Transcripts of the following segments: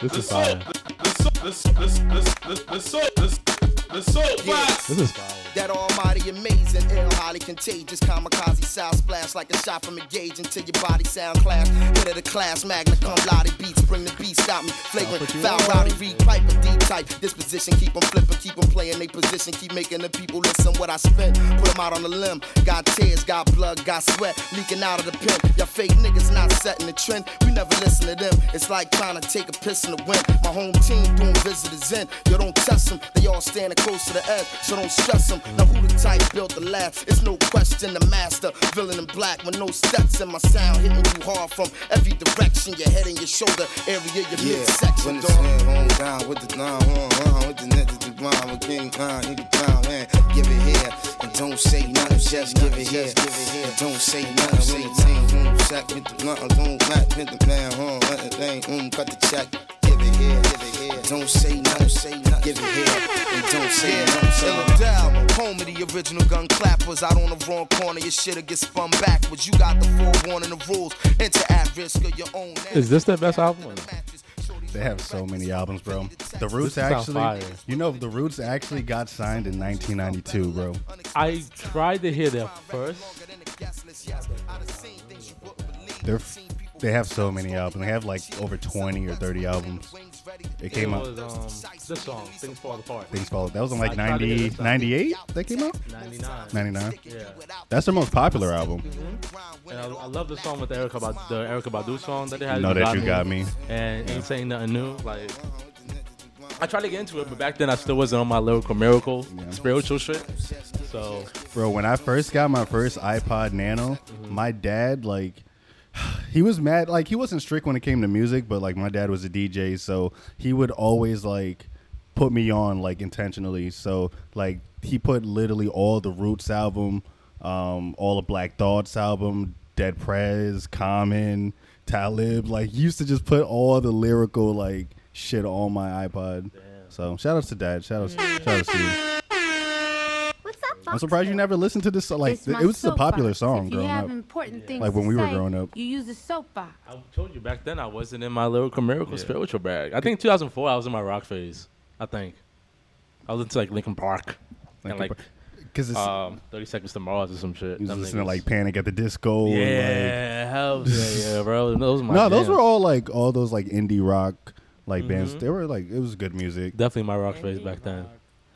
This is fire. This is fire. That almighty amazing, ill highly contagious kamikaze sound splash like a shot from a gauge until your body sound clash. Hit of the class, magna cum laude beats, bring the beat, stop me, flagrant, foul rowdy, read pipe with D-type, disposition, keep 'em flipping, keep 'em playing they position, keep making the people listen what I spent, put 'em out on the limb, got tears, got blood, got sweat, leaking out of the pen, y'all fake niggas not setting the trend, we never listen to them, it's like trying to take a piss in the wind, my home team doing visitors in, you don't test 'em, they all standing close to the edge, so don't stress 'em. Now who the type built the last? It's no question the master. Villain in black with no steps in my sound. Hitting you hard from every direction. Your head and your shoulder area, your midsection, when it's dog. man home down with the nine horn line, with the net to the blind, with King Khan, nigga down, man. Give it here and don't say nothing, just give it here, give it here, don't say nothing. Say team home sack with the blunt, don't back with the man home, let the thing home, cut the check. Give it here, give it here, don't say nothing, say nothing, give it here, and don't say nothing, say Ill nothing. Adele, home of the original gun clappers. Out on the wrong corner, your shit'll get spun backwards. You got the full warning of rules. Enter at risk of your own. Is this their best album? They have so many albums, bro. The Roots is on actually, fire. you know, the Roots actually got signed in 1992, bro. I tried to hear their first. They're f- they have so many albums. They have like over 20 or 30 albums. It It came out. was um, this song, Things Fall Apart. Things Fall. That was in like I tried to hear 90, this album. 98. That came out. 99. 99. Yeah. That's their most popular album. And I, I love the song with the Erica, ba- the Erica Badu song that they had. Know that you got me. And Ain't Saying Nothing New. Like, I tried to get into it, but back then I still wasn't on my lyrical miracle, spiritual shit. So, Bro, when I first got my first iPod Nano, my dad like he was mad like he wasn't strict when it came to music, but like my dad was a DJ, so he would always like put me on like intentionally. So like he put literally all the Roots album, um, all the Black Thoughts album, Dead Prez, Common, Talib, like he used to just put all the lyrical like shit on my iPod. So shout outs to dad, shout outs, shout outs to you. What's up, I'm surprised you never listened to this. so- Like It's th- my it was a popular soapbox. song if you growing have up. important things Like to when we were say, growing up. You use the soapbox. I told you back then I wasn't in my lyrical miracle spiritual bag. I think 2004 I was in my rock phase. I think I was into like Linkin Park and like because it's um, 30 Seconds to Mars or some shit. he was Them listening to niggas. like Panic at the Disco. and, like- yeah, hell yeah, yeah, bro. Those were my no, those jams. were all like all those like indie rock like Mm-hmm. bands. They were like it was good music. definitely my rock phase back then.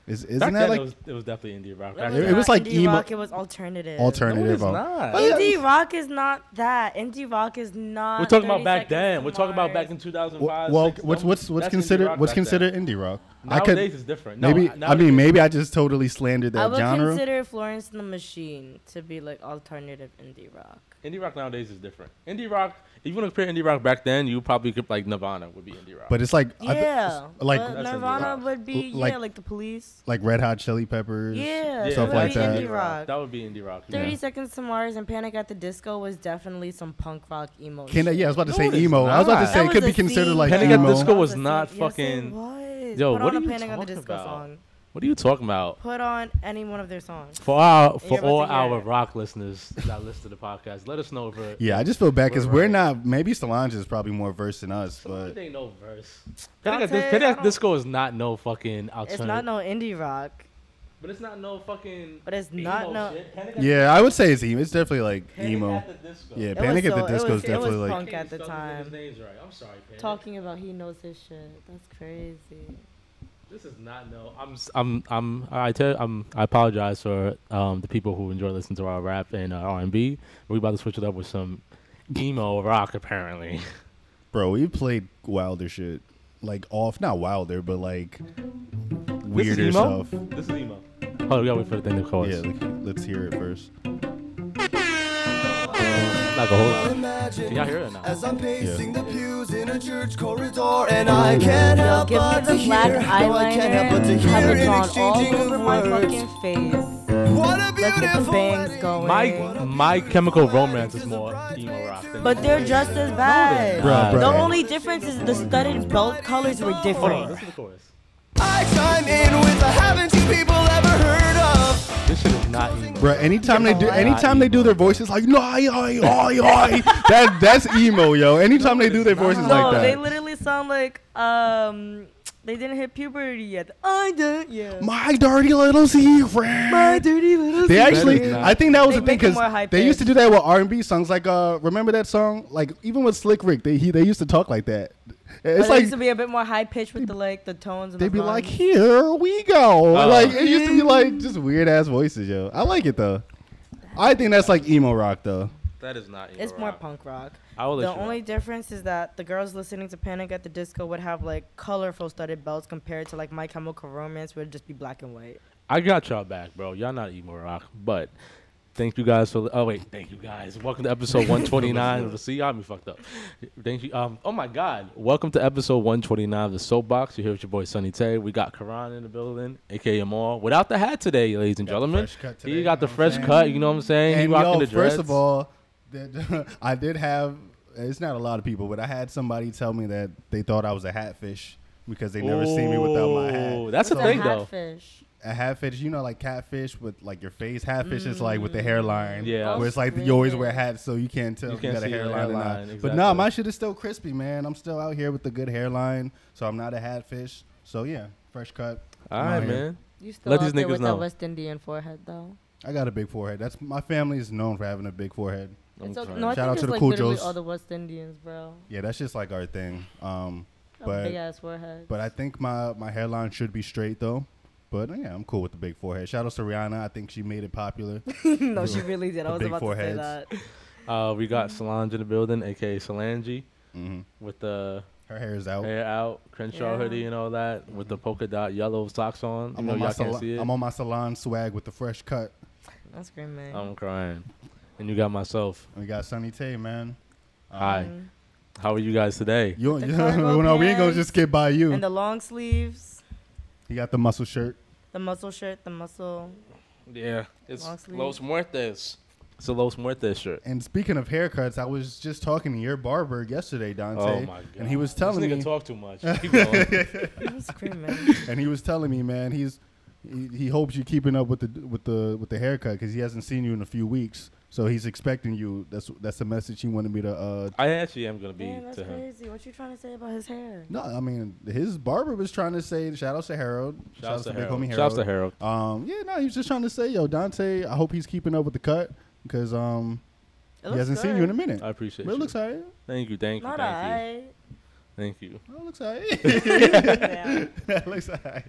Is, Back isn't then that it, like was, it was definitely indie rock. Back It- then. it was like indie emo- rock. It was alternative. alternative? No, it's al- not. Well, yeah, Indie rock is not that. Indie rock is not. we're talking about 30 back Seconds then. to We're talking about Mars. back in 2005. well, six. what's Them- what's what's that's indie considered rock what's back then. considered indie rock? Nowadays it's different. No, maybe I nowadays- mean maybe I just totally slandered I that would genre. consider Florence and the Machine to be like alternative indie rock. indie rock nowadays is different. Indie rock, if you want to compare indie rock back then, you probably could like Nirvana would be indie rock. but it's like I thi- Yeah, like but That's indie Nirvana rock. would be L- like- yeah, like the Police. like Red Hot Chili Peppers. Yeah, Yeah, stuff that would like be that. indie rock. That would be indie rock. yeah. Thirty Seconds to Mars and Panic at the Disco was definitely some punk rock emo. Can I, shit. yeah, I was about to No, say it is emo. I was about to not. say it That could was be a considered theme, like Panic at emo. Disco was That a not theme. Yes, it fucking- was. Yo, Put what on are a you Panic at the talking Disco about? song. What are you talking about? Put on any one of their songs. For our for You're about all to hear our it. rock listeners that listen to the podcast, let us know if we're- Yeah, I just feel bad because We're we're right. not. Maybe Solange is probably more versed than us, Solange but ain't no verse. I'll Panic at tell Dis- you, Panic I at don't- Disco is not no fucking alternative. It's not no indie rock, but it's not no fucking. but it's emo not no. shit. Panic at- yeah, I would say it's emo. It's definitely like Panic emo. at the Disco. Yeah, I was Panic at the so- it Disco was- is it was definitely like. punk. can't at the spell these niggas' time. names right. I'm sorry, Panic. Talking about he knows his shit. That's crazy. This is not no. I'm s- I'm I'm I tell I'm I apologize for um the people who enjoy listening to our rap and uh, R&B. We about to switch it up with some emo rock apparently. Bro, we played wilder shit, like off, not wilder, but like weirder this is emo? stuff. This is emo. Hold on, we gotta wait for the thing to call us. Yeah, like, let's hear it first. Like a whole lot. Can y'all hear it or not? As I'm pacing the pews in a church corridor, and I can't help Give me but to the black hear, no, I can't help but to eyeliner. Have hear it an drawn exchanging all of over my fucking words. face. What a Let's get the beautiful bangs wedding. going. My My Chemical Romance is more emo rock. Than but they're just as bad. Bruh, The bruh. only difference is the studded belt colors were Hold on, different. listen to the chorus. I chime in with a haven't you people ever heard of? This shit is not emo. Bro, anytime they do, Not anytime they do emo. their voices like no, I, I, I, I, that that's emo, yo. Anytime they do their voices No, like that, they literally sound like um they didn't hit puberty yet. I don't yeah. my dirty little secret. dirty little They is actually, not- I think that was They the thing make it more because high they used to pitched. do that with R and B songs. Like, uh, remember that song? Like, even with Slick Rick, they he, they used to talk like that. It's It's like like used to be a bit more high pitched with the like the tones. And they'd the be like, runs. "Here we go." Uh. like it used to be like just weird ass voices, yo. I like it though. I think that's like emo rock though. That is not emo. it's more rock. punk rock. I will let The you know. only difference is that the girls listening to Panic at the Disco would have like colorful studded belts compared to like My Chemical Romance would just be black and white. I got y'all back, bro. Y'all not emo rock, but thank you guys for. Oh wait, thank you guys. Welcome to episode 129 of the. See, y'all me fucked up. Thank you. Um. Oh my God. Welcome to episode 129 of the Soapbox. You're here with your boy Sunny Tay. We got Karan in the building, aka Amar, without the hat today, ladies and gentlemen. fresh cut he today, got the you know what I'm fresh saying? cut. You know what I'm saying? And he rocking yo, the dreads. first of all, that- I did have. It's not a lot of people, but I had somebody tell me that they thought I was a hatfish because they never seen me without my Ooh, hat. That's a The thing, though. Hatfish. A hatfish, you know, like catfish with like your face. Hatfish is like with the hairline. Yeah. Where it's like you always wear hats, so you can't tell You if you can't got a see the hairline, or not. hairline, But nah, exactly. my shit is still crispy, man. I'm still out here with the good hairline, so I'm not a hatfish. So yeah, fresh cut. All I'm right, out here. man. You still Let out these there niggas with know. that West Indian forehead though. I got a big forehead. That's my family is known for having a big forehead. I'm It's okay. trying. No, I Shout think out it's to the like Cool literally Joes. all the West Indians, bro. Yeah, that's just like our thing. Um, A But- big ass forehead. But I think my, my hairline should be straight though. But yeah, I'm cool with the big forehead. Shout out to Rihanna. I think she made it popular. no, Oh, she really did. I The was big about foreheads. to say Uh, we got Solange in the building, aka Solange, with the Her hair is out. hair out, Crenshaw Yeah. hoodie, and all that, with the polka dot yellow socks on. You I'm, know on y'all my can't sal- see it. I'm on my salon swag with the fresh cut. that. I'm screaming. I'm crying. And you got myself. We got Sunny Tay, man. Uh-huh. Hi. How are you guys today? You, The you cargo no, we ain't gonna pants just skip by you. and the long sleeves, he got the muscle shirt. the muscle shirt, the muscle. Yeah, it's Long sleeve. Los Muertes. It's a Los Muertes shirt. And speaking of haircuts, I was just talking to your barber yesterday, Dante. Oh my god! And he was telling this nigga me, talk too much. Keep going. I'm screaming. and he was telling me, man, he's he, he hopes you're keeping up with the with the with the haircut because he hasn't seen you in a few weeks. So he's expecting you. That's that's the message he wanted me to. uh I actually am gonna be Damn, that's to him. crazy. What you trying to say about his hair? No, I mean his barber was trying to say. Shout out to Harold. Shout out to big Harold. homie Shout out to Harold. Um, yeah, no, he was just trying to say, yo, Dante. I hope he's keeping up with the cut because um It he looks hasn't seen you in a good. minute. I appreciate But it you. looks alright. thank you, thank you, Not thank you, I. thank you. Oh, it looks alright. yeah. It looks alright.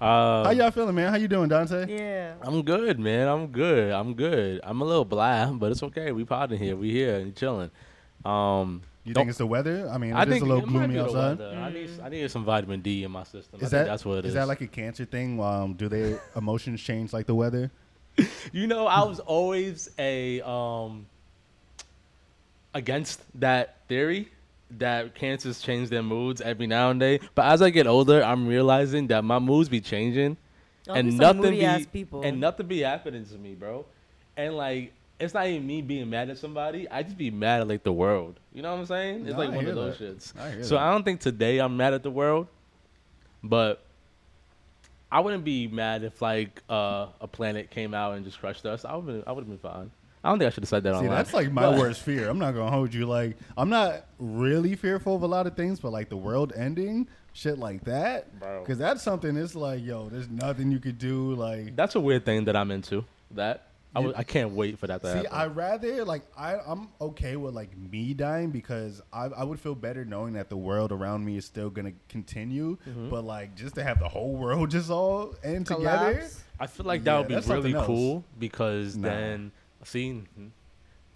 Uh, How y'all feeling, man? How you doing, Dante? yeah. I'm good, man. I'm good. I'm good. I'm a little blah, but it's okay. We podding here. We here and chilling. Um, You Don't- think it's the weather? I mean, it's I think a little it might gloomy be the outside. weather. I need I need some vitamin D in my system. I think Is that that's what it is. is that like a cancer thing? Um, do their emotions change like the weather? You know, I was always a um against that theory that cancers change their moods every now and then. But as I get older, I'm realizing that my moods be changing, Y'all and be some nothing moody be ass people. and nothing be happening to me, bro. And like, it's not even me being mad at somebody. I just be mad at like the world. You know what I'm saying? It's No, like I one hear of those that. shits. I hear so that. I don't think today I'm mad at the world, but I wouldn't be mad if like uh, a planet came out and just crushed us. I would I would have been fine. I don't think I should have said that See, online. that's like my worst fear. I'm not gonna hold you. Like, I'm not really fearful of a lot of things, but like the world ending, shit like that, Bro. because that's something. It's like, yo, there's nothing you could do. Like, That's a weird thing that I'm into. That I would- I can't wait for that to see, happen. I rather like I, I'm okay with like me dying because I, I would feel better knowing that the world around me is still gonna continue. Mm-hmm. But like, just to have the whole world just all end together, Collapse. I feel like that Yeah, would be that's really something else. cool because Nah. then see n-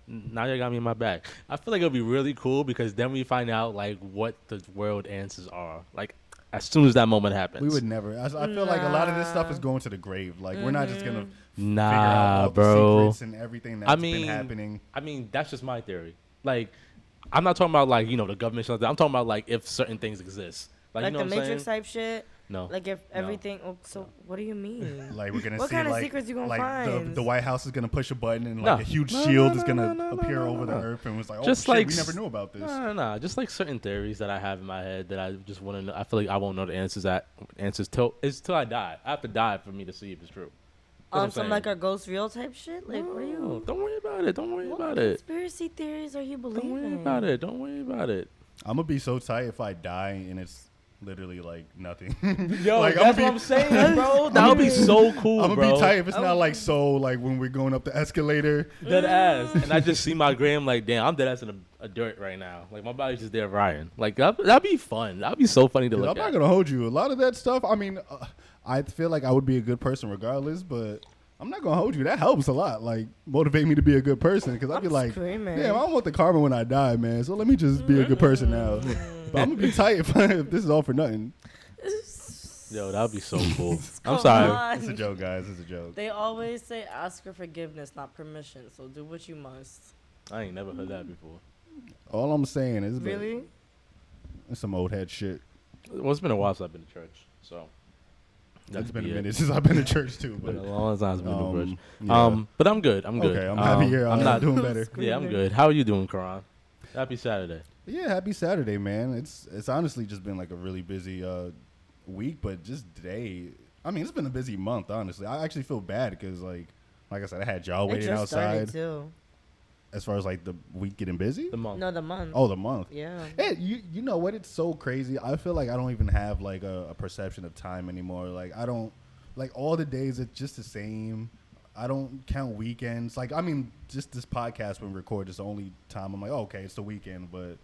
now you got me in my back. I feel like it would be really cool because then we find out like what the world answers are. Like as soon as that moment happens. we would never. I, I feel like a lot of this stuff is going to the grave. Like, we're not just gonna Mm-hmm. figure out Nah, all bro. the secrets and everything that's I mean, been happening. I mean, that's just my theory. Like, I'm not talking about like you know the government. Shut down. I'm talking about like if certain things exist. Like, Like you know the what I'm Matrix saying? type shit. No. Like if everything. Oh, so what do you mean? Like we're gonna What see kind of like, secrets you gonna like The, find? the White House is gonna push a button and No. like a huge No, no, shield no, is gonna no, no, appear no, over no. the earth and was like, oh Just shit, like we s- never knew about this. No, no, no. Just like certain theories that I have in my head that I just want to know. I feel like I won't know the answers that answers till it's till I die. I have to die for me to see if it's true. what I'm on some saying. Oh, like a ghost real type shit. Like, what are No, you? Don't worry about it. Don't worry What about it. Conspiracy theories are you Don't believing? worry about it. Don't worry about it. I'm gonna be so tight if I die and it's literally like nothing. Yo, Like, that's I'ma what be- I'm saying, bro. That would be so cool, I'm gonna bro. be tight if it's not Oh. like so like when we're going up the escalator. Dead ass. And I just see my gram like, damn, I'm dead ass in a, a dirt right now. Like, my body's just there, Ryan. Like, that, that'd be fun. That'd be so funny to Dude, look I'm not at. gonna hold you. A lot of that stuff. I mean, uh, I feel like I would be a good person regardless, but I'm not gonna hold you. That helps a lot. Like motivate me to be a good person because I'd be I'm like, screaming. damn, I don't want the karma when I die, man. So let me just be a good person now. Mm. but I'm gonna be tight if, if this is all for nothing. Yo, that'd be so cool. I'm Come sorry. on. It's a joke, guys. It's a joke. They always say ask for forgiveness, not permission. So do what you must. I ain't never heard that before. All I'm saying is, but Really? it's some old head shit. Well, it's been a while since I've been to church, so. It's that's been a it. minute since I've been to church too. Been a But long time since I've been Um, to church. yeah. Um, but I'm good. I'm good. okay, I'm Um, happy here. I'm not. not doing better. Yeah, I'm good. How are you doing, Karan? Happy Saturday. Yeah, happy Saturday, man. It's it's honestly just been like a really busy uh, week, but just today. I mean, it's been a busy month, honestly. I actually feel bad because, like, like I said, I had y'all It waiting just started outside too. as far as like the week getting busy. The month. No, the month. Oh, the month. Yeah. Hey, you you know what? It's so crazy. I feel like I don't even have like a, a perception of time anymore. Like I don't like all the days. It's just the same. I don't count weekends. Like I mean, just this podcast when we record is the only time I'm like, oh, okay, it's the weekend, but.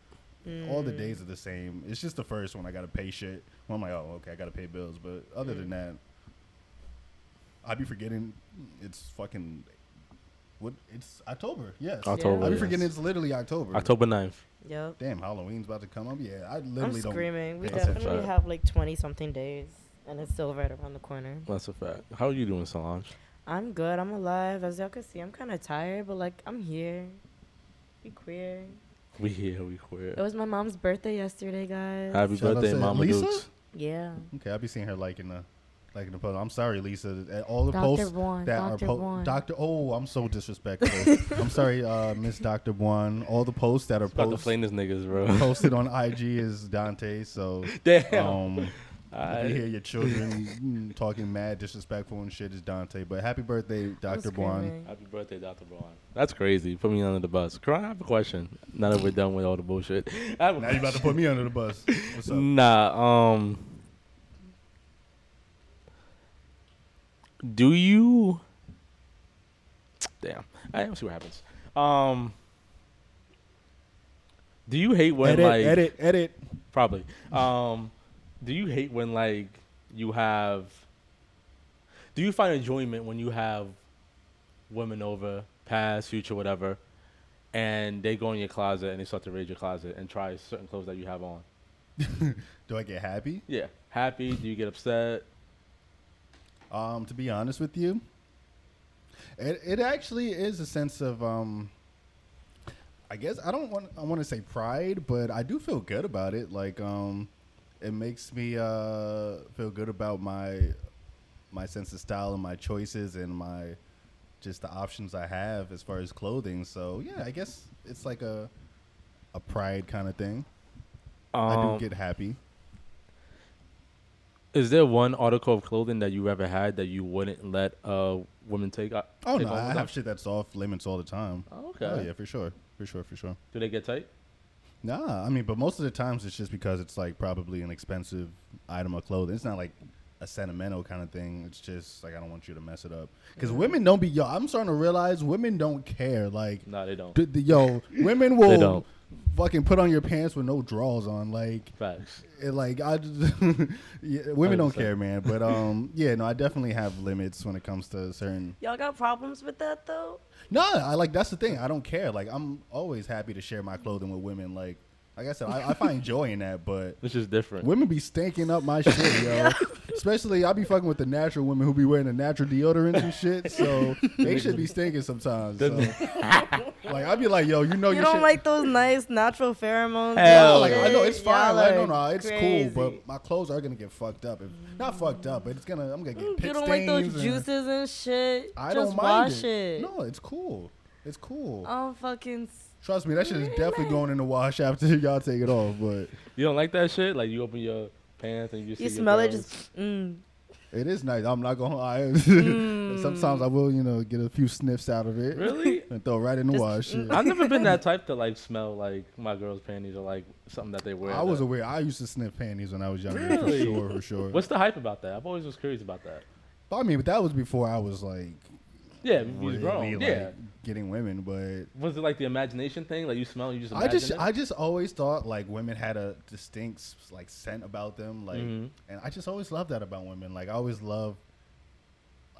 All the days are the same. It's just the first one I gotta pay shit. Well, I'm like, oh, okay, I gotta pay bills. But other than that, I be forgetting it's fucking what? It's October. Yes, October, I be yes. forgetting it's literally October. October 9th. Yep. Damn, Halloween's about to come up. Yeah, I I'm literally don't. screaming. We pay That's a definitely fact. have like 20 something days, and it's still right around the corner. That's a fact. How are you doing, Solange? I'm good. I'm alive. As y'all can see, I'm kind of tired, but like I'm here. Be queer. We here. We It queer. was my mom's birthday yesterday, guys. Happy Shout out birthday, to Mama Lisa? Dukes. yeah. Okay, I'll be seeing her like in the, like in the post. I'm sorry, Lisa. uh, All the Dr. posts Bwan, that Dr. are po- Bwan. Doctor. Oh, I'm so disrespectful. I'm sorry, uh, Miss Doctor Buon. All the posts that are About to post- flame these niggas, bro. posted on IG is Dante. So Damn. um, if you I, hear your children mm, talking mad, disrespectful and shit is Dante. But happy birthday, Doctor Buon. screaming. happy birthday, Dr. Braun. That's crazy. Put me under the bus. Karan, I have a question. Now that we're done with all the bullshit. I have a Now you about to put me under the bus. What's up? Mm, Nah. Um. Do you? Damn. I don't see what happens. Um. Do you hate when edit, like edit, edit. probably? Um. Do you hate when like you have? Do you find enjoyment when you have women over, past, future, whatever, and they go in your closet and they start to raid your closet and try certain clothes that you have on? Do I get happy? Yeah. Happy? Do you get upset? Um, to be honest with you, it, it actually is a sense of um, I guess I don't want I want to say pride, but I do feel good about it. Like um, it makes me uh feel good about my my sense of style and my choices and my just the options I have as far as clothing. So yeah, I guess it's like a a pride kind of thing. I do Um, get happy. is there one article of clothing that you ever had that you wouldn't let a woman take? uh, Oh take no, on I with have them? shit that's off limits all the time. Oh, okay. Oh yeah, for sure, for sure, for sure. Do they get tight? Nah, I mean, but most of the times it's just because it's like probably an expensive item of clothing. It's not like a sentimental kind of thing. It's just like I don't want you to mess it up because women don't be yo. I'm starting to realize women don't care. Like, No, they don't. d- d- yo, women will don't. fucking put on your pants with no drawers on. Like, Facts. it, like I, just, yeah, women don't 100%. care, man. But um, yeah, no, I definitely have limits when it comes to certain Y'all got problems with that though? no, I like that's the thing. I don't care. Like I'm always happy to share my clothing with women. Like like I said, I, I find joy in that, but It's just different. women be stinking up my shit, yo. Especially I be fucking with the natural women who be wearing the natural deodorants and shit. So they should be stinking sometimes. So. like I'd be like, yo, you know You your don't shit. like those nice natural pheromones? Hell No, and like, I know shit? it's fine. Y'all Like, no, are no, it's crazy. cool, but my clothes are gonna get fucked up. If, not fucked up, but it's gonna. I'm gonna get. Mm, Pit You don't like those stains and- juices and shit? I Just don't mind wash it. it. Oh, No, it's cool. It's cool. I'm fucking. s- Trust me, that shit is definitely going in the wash after y'all take it off. But You don't like that shit? Like you open your pants and you, see You your smell it, girls? just mm. It is nice. I'm not gonna lie. Sometimes I will, you know, get a few sniffs out of it. Really? And throw it right in the wash. shit. I've never been that type to like smell like my girl's panties or like something that they wear. I was that- aware. I used to sniff panties when I was younger, Really? for sure, for sure. What's the hype about that? I've always was curious about that. but I mean, but that was before I was like Yeah, we was really grown. like Yeah. getting women. But Was it like the imagination thing? Like you smell, and you just I imagine just, it? I just always thought like women had a distinct like scent about them, like, Mhm. and I just always loved that about women. Like, I always love,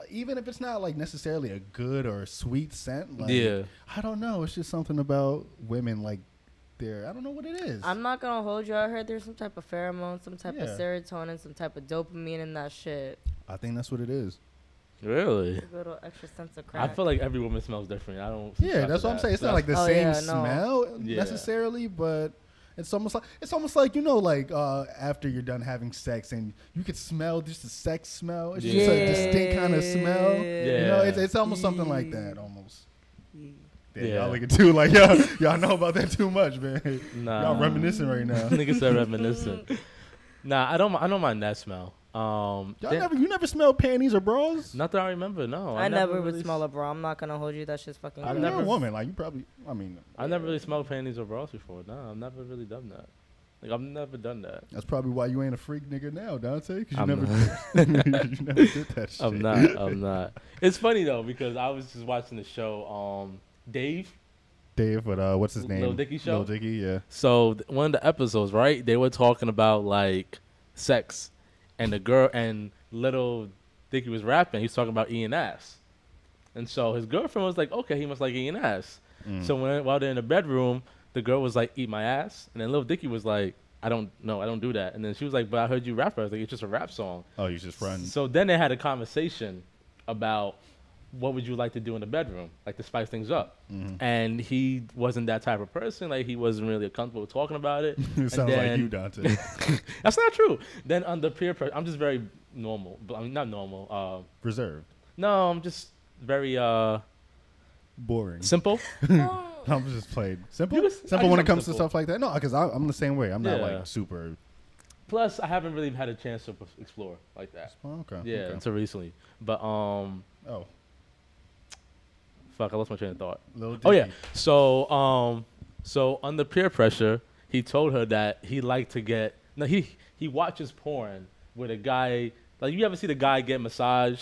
even if it's not like necessarily a good or sweet scent. Like, Yeah. I don't know. It's just something about women, like, their I don't know what it is. I'm not gonna hold you. I heard there's some type of pheromone, some type of Yeah. serotonin, some type of dopamine in that shit. I think that's what it is. really. A little extra sense of I crack. feel like every woman smells different. I don't. Yeah, subscribe that's to what I'm that. saying. It's So not like the Oh, same yeah, no. smell Yeah. necessarily, but it's almost like it's almost like you know, like uh, after you're done having sex and you could smell just the sex smell. It's just a Yeah. distinct kind of smell. You know, Yeah. it's, it's almost something like that. Almost. Yeah, Yeah. y'all looking too like y'all, y'all know about that too much, man. Nah. Y'all reminiscing right now. Niggas are reminiscent. nah, I don't. I don't mind that smell. Um, Y'all damn- never, you never smell panties or bras. not that I remember. No, I, never, would really smell a bra. I'm not gonna hold you. That shit's fucking. I I've mean, good. you're a never- woman, like you probably. I mean, I never really smelled panties or bras before. No, I've never really done that. Like I've never done that. that's probably why you ain't a freak nigga now, Dante, because you I'm never, you never did that shit. I'm not. I'm not. It's funny though because I was just watching the show, um, Dave. Dave, but uh, what's his Lil name? Dicky show? Lil Dicky, yeah. So th- one of the episodes, right? They were talking about like sex, and the girl and little Dicky was rapping. He was talking about E and S, and so his girlfriend was like, "Okay, he must like E and S." So when while they're in the bedroom, the girl was like, "Eat my ass," and then little Dicky was like, "I don't know, I don't do that." And then she was like, "But I heard you rap." I was like, "It's just a rap song." Oh, you just run. So then they had a conversation about what would you like to do in the bedroom, like to spice things up. Mm-hmm. And he wasn't that type of person. Like he wasn't really comfortable talking about it. It sounds like you, Dante. That's not true. Then under peer pressure, I'm just very normal. But I'm not normal. Uh, Reserved, no, I'm just very uh, boring. simple. I'm just playing simple. You just- I simple when it just- comes to simple. stuff like that. No, because I'm the same way. I'm not Yeah. like super. Plus, I haven't really had a chance to p- explore like that. Oh, okay. Yeah, okay. until recently. But um, Oh, fuck, I lost my train of thought. Lil Dicky. Oh yeah. So um, so under peer pressure, he told her that he liked to get. No, he he watches porn with a guy. Like you ever see the guy get massage,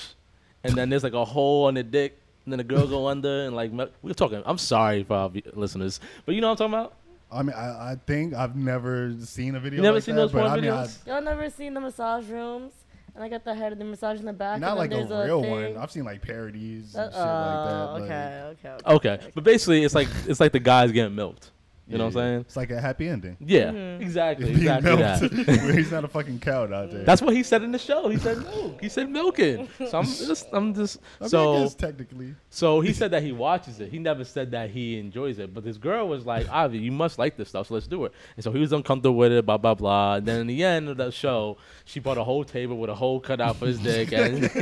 and then there's like a hole on the dick, and then the girl go under and like me- we're talking. I'm sorry for our vi- listeners, but you know what I'm talking about. I mean, I, I think I've never seen a video. You never like seen that, those but porn I mean, videos? Y'all never seen the massage rooms? And I got the head of the massage in the I, back. not like and a then there's real thing. one. I've seen like parodies Uh, and shit like that. oh, like- okay, okay, okay. Okay, but basically it's like it's like the guy's getting milked. You know what Yeah, yeah. I'm saying? It's like a happy ending. Yeah, exactly, Being exactly that. milked. Where He's not a fucking cow out there. That's what he said in the show. He said milk. He said milking. So I'm just, I'm just. I mean, so I guess technically. So he said that he watches it. He never said that he enjoys it. But this girl was like, Avi, you must like this stuff, so let's do it. And so he was uncomfortable with it, blah, blah, blah. And then in the end of the show, she bought a whole table with a hole cut out for his dick. And, That's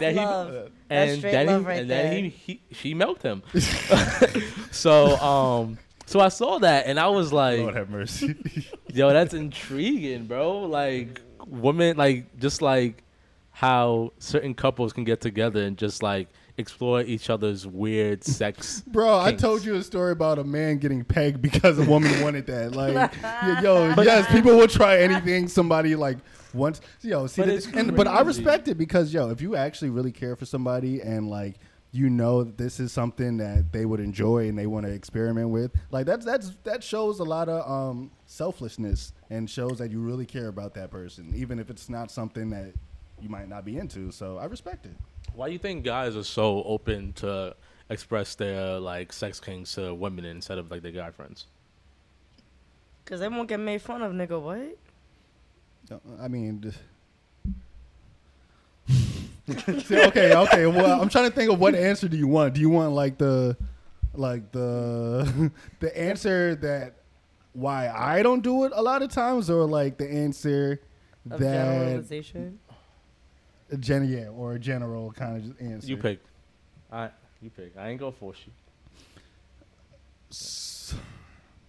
then he- love. That's and straight then, love he, right and there. then he, he, she milked him. so, um, so I saw that and I was like, Lord have mercy. Yo, that's intriguing, bro. Like women, like just like how certain couples can get together and just like explore each other's weird sex. Bro, I kinks. told you a story about a man getting pegged because a woman wanted that. Like, yeah, yo, yes, people will try anything. Somebody like once, yo, see, But the- it's and, but I crazy. respect it because yo, if you actually really care for somebody and like you know that this is something that they would enjoy and they want to experiment with, like that's that's that shows a lot of um selflessness and shows that you really care about that person, even if it's not something that you might not be into. So I respect it. Why do you think guys are so open to express their like sex kinks to women instead of like their guy friends? Cause they won't get made fun of, nigga. What? No, I mean, d- See, okay, okay. Well, I'm trying to think of what answer do you want? Do you want like the, like the, the answer that why I don't do it a lot of times, or like the answer Of that generalization. gen yeah, or a general kind of answer. You pick. I you pick. I ain't gonna force you.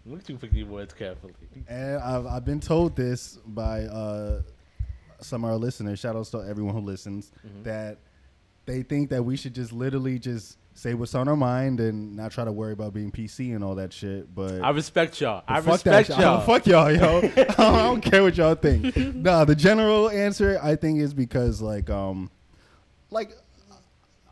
Look at you pick your words carefully. And I've I've been told this by uh, some of our listeners, shout outs to everyone who listens, that they think that we should just literally just say what's on our mind and not try to worry about being PC and all that shit. But I respect y'all. I fuck respect that. shit. y'all. I don't fuck y'all, yo. I don't care what y'all think. nah, the general answer I think is because like um, like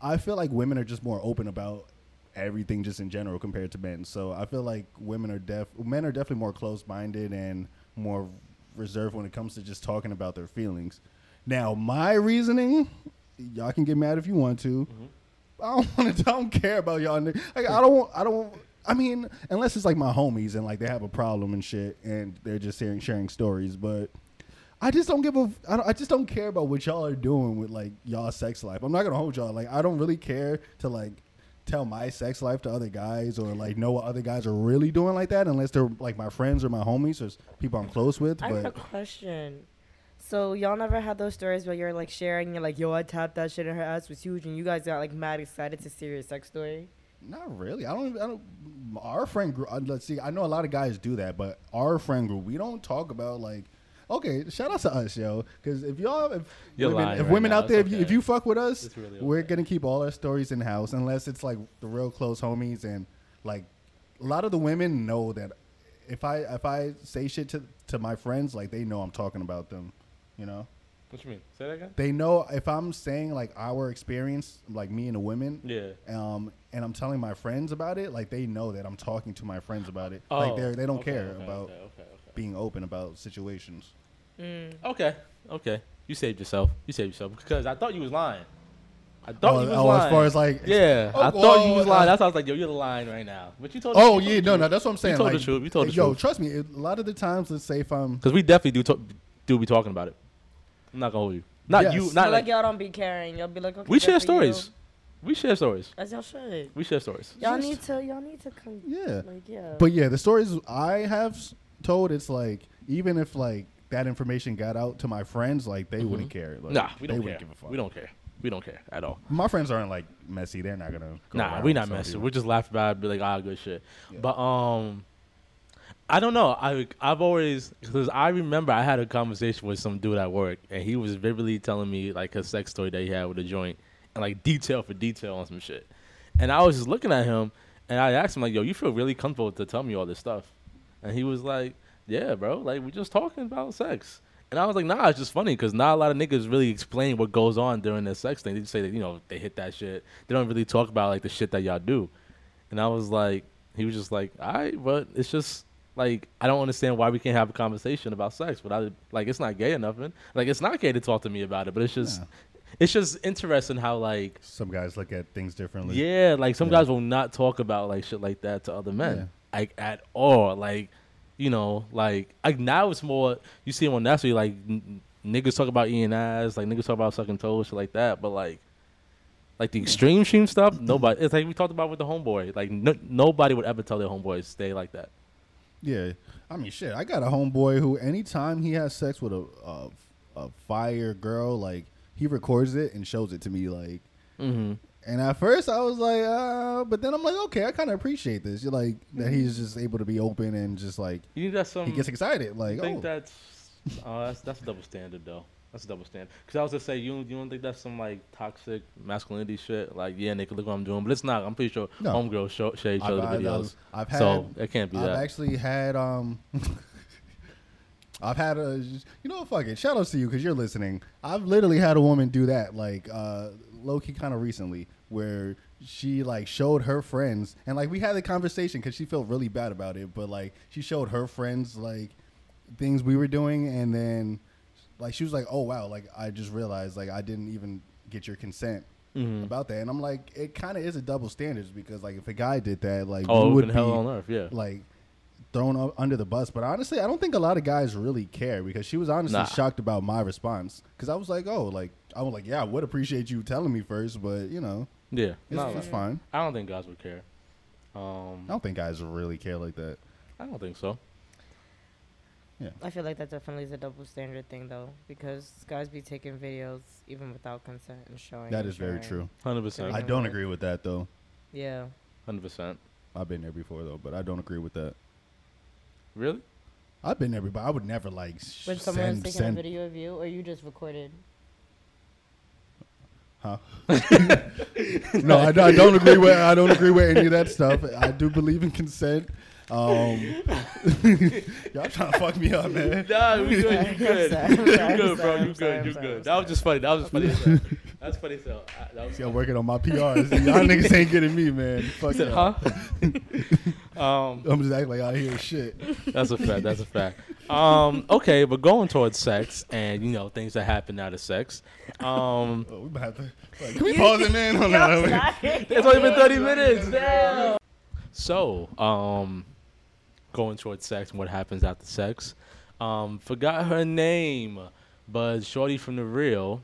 I feel like women are just more open about everything just in general compared to men. So I feel like women are def men are definitely more closed minded and more reserved when it comes to just talking about their feelings. Now my reasoning, y'all can get mad if you want to. Mm-hmm. I don't want to. I don't care about y'all. nigg- Like I don't. I don't. I mean, unless it's like my homies and like they have a problem and shit, and they're just hearing sharing stories. But I just don't give a. I, don't, I just don't care about what y'all are doing with like y'all sex life. I'm not gonna hold y'all. Like I don't really care to like tell my sex life to other guys or like know what other guys are really doing like that unless they're like my friends or my homies or s- people I'm close with. I have a But question. So y'all never had those stories where you're like sharing, you're like, "Yo, I tapped that shit and her ass was huge," and you guys got like mad excited to see your sex story. Not really. I don't. I don't. Our friend group. uh, Let's see. I know a lot of guys do that, but our friend group, we don't talk about like. Okay, shout out to us, yo. Because if y'all, if You're women, lying if right women now, out there, it's if, you, okay. if you fuck with us, It's really we're okay. gonna keep all our stories in house, unless it's like the real close homies and like a lot of the women know that if I if I say shit to to my friends, like they know I'm talking about them, you know What you mean? Say that again. they know if I'm saying like our experience, like me and the women, Yeah. um, and I'm telling my friends about it, like they know that I'm talking to my friends about it. Oh, like they they don't okay, care okay, Oh. about Okay, okay, okay. being open about situations. Okay, okay. You saved yourself. You saved yourself because I thought you was lying. I thought oh, you was oh, lying. as far as like, yeah, Oh, I thought you oh, was lying. uh, That's why I was like, yo, you're lying right now. But you told. Oh yeah, no, no, that's what I'm saying. told the like, truth, you told the yo, truth. trust me. It, a lot of the times, let's say if I'm because we definitely do talk, do be talking about it. I'm not gonna hold you. Not Yes. you. But Not But, like like, y'all don't be caring. Y'all be like, "Okay." we good share for you." stories. We share stories. As y'all should. We share stories. Y'all Just- need to. Y'all need to come. yeah, Like yeah. But yeah, the stories I have s- told, it's like even if like that information got out to my friends, like they wouldn't care. Like, Mm-hmm. Nah, they we don't care. wouldn't give a fuck. We don't care. We don't care at all. My friends aren't like messy. They're not gonna. Go Nah, around we not telling messing. people. We're just laughing about it, be like, ah, good shit. But um, I don't know. I I've always because I remember I had a conversation with some dude at work, and he was vividly telling me like a sex story that he had with a joint, and like detail for detail on some shit. And I was just looking at him, and I asked him like, "Yo, you feel really comfortable to tell me all this stuff?" And he was like, "Yeah, bro. Like we're just talking about sex." And I was like, "Nah, it's just funny because not a lot of niggas really explain what goes on during their sex thing. They just say that you know they hit that shit. They don't really talk about like the shit that y'all do." And I was like, he was just like, all right, but it's just like I don't understand why we can't have a conversation about sex without it. Like it's not gay or nothing. Like it's not gay to talk to me about it, but it's just, it's just interesting how like some guys look at things differently. yeah, like some guys will not talk about like shit like that to other men, like at all. Like, you know, like like now it's more you see them on naturally like n- n- niggas talk about eating ass, like niggas talk about sucking toes, shit like that. But like, like the extreme extreme stuff, nobody. It's like we talked about with the homeboy. Like no, nobody would ever tell their homeboys stay like that. Yeah. I mean, shit. I got a homeboy who, anytime he has sex with a a, a fire girl, like he records it and shows it to me, like. Mm-hmm. And at first, I was like, uh, but then I'm like, okay, I kind of appreciate this. You're like that he's just able to be open and just like You think that's some? he gets excited, like oh, I Mm. think that's uh, that's that's a double standard though. That's a double standard. Cause I was gonna say you don't- you don't think that's some like toxic masculinity shit. Like yeah, nigga, look what I'm doing, but it's not. I'm pretty sure No. homegirls show, share each other I've- I've- videos. I've had, so it can't be I've that. actually had um. I've had a, you know, what, fuck it. Shout outs to you because you're listening. I've literally had a woman do that, like uh, low key, kind of recently, where she like showed her friends, and like we had a conversation because she felt really bad about it, but like she showed her friends like things we were doing, and then like she was like, "Oh wow, like I just realized like I didn't even get your consent." Mm-hmm. About that, and I'm like, it kind of is a double standards because like if a guy did that, like you oh, it would would be hell on earth. Yeah. like thrown up under the bus. But honestly, I don't think a lot of guys really care because she was honestly Nah. shocked about my response because I was like, oh, like I was like, yeah, I would appreciate you telling me first, but you know, yeah. it's, Nah, it's nah. fine. I don't think guys would care. Um, I don't think guys really care like that. I don't think so. I feel like that definitely is a double standard thing though, because guys be taking videos even without consent and showing. That and is very sharing. true. Hundred I percent. don't agree with that though. Yeah. Hundred percent. I've been there before though, but I don't agree with that. Really? I've been there, but I would never like sh- When someone was send, taking send a video of you, or you just recorded. No, I, I don't agree with I don't agree with any of that stuff. I do believe in consent. Um, y'all trying to fuck me up, man. Nah, you good. You good. sorry, You I'm sorry, I'm good, sorry, bro. I'm You sorry, good. You I'm sorry, good. That was just funny. That was just funny. as hell. That's funny. So that was. Y'all working on my PRs. Y'all niggas ain't getting me, man. Fuck Said, y'all. huh? um, I'm just acting like I hear shit. that's a fact. That's a fact. Um, okay, but going towards sex and you know things that happen out of sex. Um, Oh, we about to. Like, can we pause it, man? Hold on. wait. it's only been thirty minutes. Damn. So, um, going towards sex and what happens after sex. Um, forgot her name, but Shorty from the real,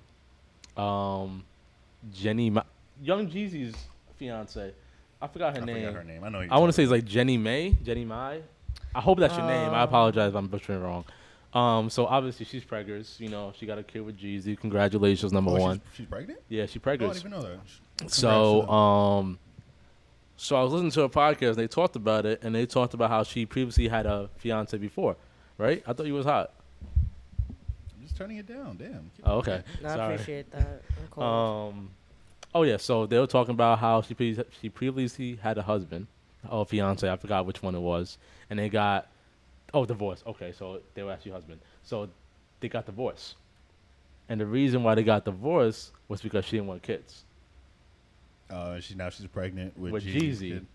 um, Jenny, Ma- Young Jeezy's fiance. I forgot her I name. forgot her name. I know. I want to say it's like Jenny May, Jenny Mai. I hope that's your name. Um, I apologize if I'm butchering it wrong. Um, so obviously she's preggers. You know, she got a kid with Jeezy. Congratulations, number Oh, one. she's, she's pregnant. Yeah, she I don't preggers. even know that. Congrats to So, her. um, so I was listening to a podcast and they talked about it and they talked about how she previously had a fiance before, right? I thought you was hot. I'm just turning it down. Damn. Oh, okay. No, I Sorry. appreciate that. I'm cold. Um, oh yeah. So they were talking about how she pre- she previously had a husband or fiance. I forgot which one it was, and they got oh divorced. Okay, so they were actually husband. So they got divorced, and the reason why they got divorced was because she didn't want kids. Uh, she now she's pregnant with, With Jeezy's Jeezy. kid.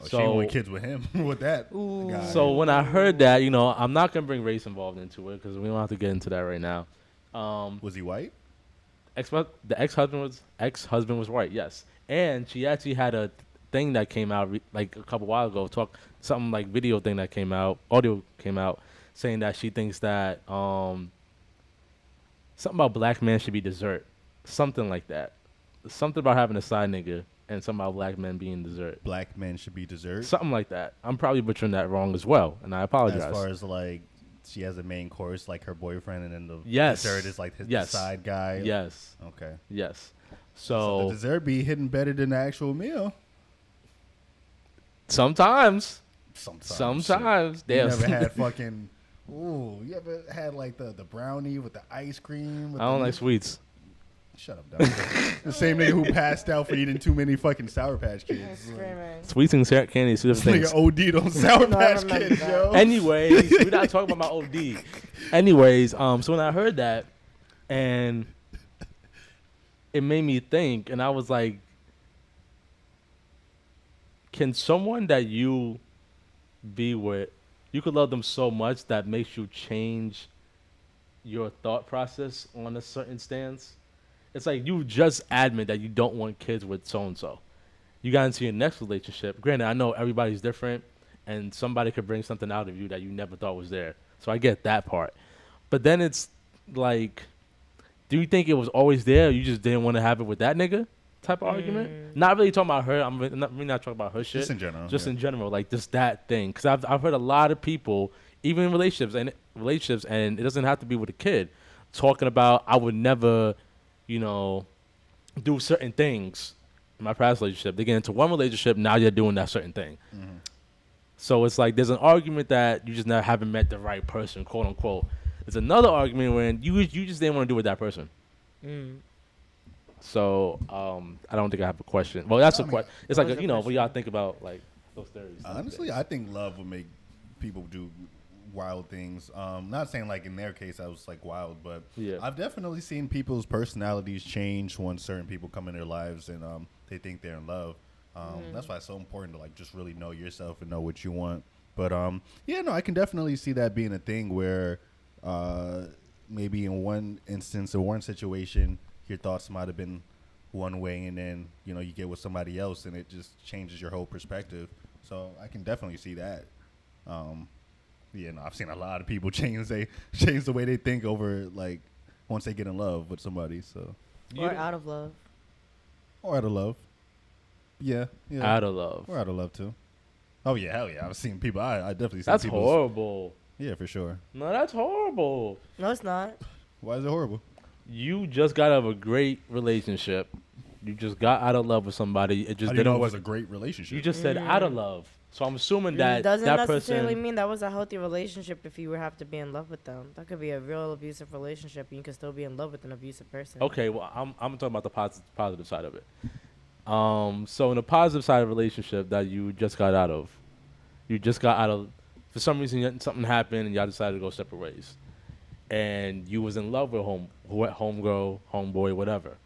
Oh, she So- want kids with him. with that. guy. So when I heard that, you know, I'm not gonna bring race involved into it because we don't have to get into that right now. Um, was he white? ex the ex husband was ex husband was white, yes, and she actually had a thing that came out re- like a couple while ago, talk something like video thing that came out, audio came out, saying that she thinks that um, something about black man should be dessert, something like that, something about having a side nigga and something about black men being dessert. Black men should be dessert. Something like that. I'm probably butchering that wrong as well, and I apologize. as far as like she has a main course like her boyfriend and then the Yes. dessert is like his Yes. side guy Yes. okay Yes. so So the dessert be hidden better than the actual meal sometimes, sometimes shit. sometimes, you damn. never had fucking ooh you ever had like the the brownie with the ice cream with I don't the, like sweets. shut up dog. the same nigga who passed out for eating too many fucking sour patch I'm kids like, screaming. Sweets and syrup candy is two different Nigga things. OD'd on Sour No, I Patch remember Kids, that. yo. Anyways, we're not talking about my OD. Anyways, um, so when I heard that, and it made me think, and I was like, can someone that you be with, you could love them so much that makes you change your thought process on a certain stance? It's like you just admit that you don't want kids with so and so. You got into your next relationship. Granted, I know everybody's different, and somebody could bring something out of you that you never thought was there. So I get that part. But then it's like, do you think it was always there? You just didn't want to have it with that nigga? Type of argument. Not really talking about her. I'm re- not, really not talking about her shit. in general, Just yeah. in general, like just that thing. Because I've I've heard a lot of people, even in relationships and relationships, and it doesn't have to be with a kid, talking about I would never, you know, do certain things in my past relationship. They get into one relationship, now you're doing that certain thing. Mm-hmm. So it's like there's an argument that you just not haven't met the right person, quote unquote. There's another argument when you you just didn't want to do with that person. So um, I don't think I have a question. Well, that's a question. It's like a, you know what y'all think about like those theories. Honestly, I think love would make people do wild things. Um, not saying like in their case I was like wild, but Yeah. I've definitely seen people's personalities change when certain people come in their lives and um, they think they're in love. Um, That's why it's so important to like just really know yourself and know what you want. But um, yeah, no, I can definitely see that being a thing where uh, maybe in one instance or one situation, your thoughts might have been one way and then you know you get with somebody else and it just changes your whole perspective so i can definitely see that um yeah no i've seen a lot of people change they change the way they think over like once they get in love with somebody so Or out of love. or out of love yeah yeah out of love. or out of love too oh yeah hell yeah i've seen people i, I definitely seen That's people horrible. yeah for sure No, that's horrible. No, it's not. why is it horrible You just got out of a great relationship. You just got out of love with somebody. How It just do you didn't know it work. was a great relationship You just said out of love. So I'm assuming that doesn't that necessarily person. mean that was a healthy relationship if you would have to be in love with them. That could be a real abusive relationship and you could still be in love with an abusive person. Okay, well, I'm I'm talking about the positive positive side of it. Um, so in the positive side of relationship that you just got out of, you just got out of, for some reason y- something happened and y'all decided to go separate ways, and you was in love with home wh- homegirl, homeboy, whatever.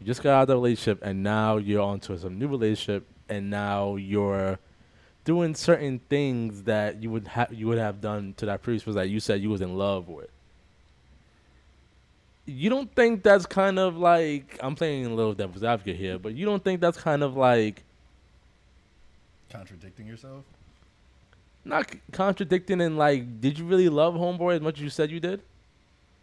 You just got out of the relationship and now you're onto some new relationship and now you're doing certain things that you would have you would have done to that previous person that you said you was in love with you don't think that's kind of like I'm playing a little devil's advocate here, but you don't think that's kind of like Contradicting yourself? not c- contradicting and like, did you really love homeboy as much as you said you did?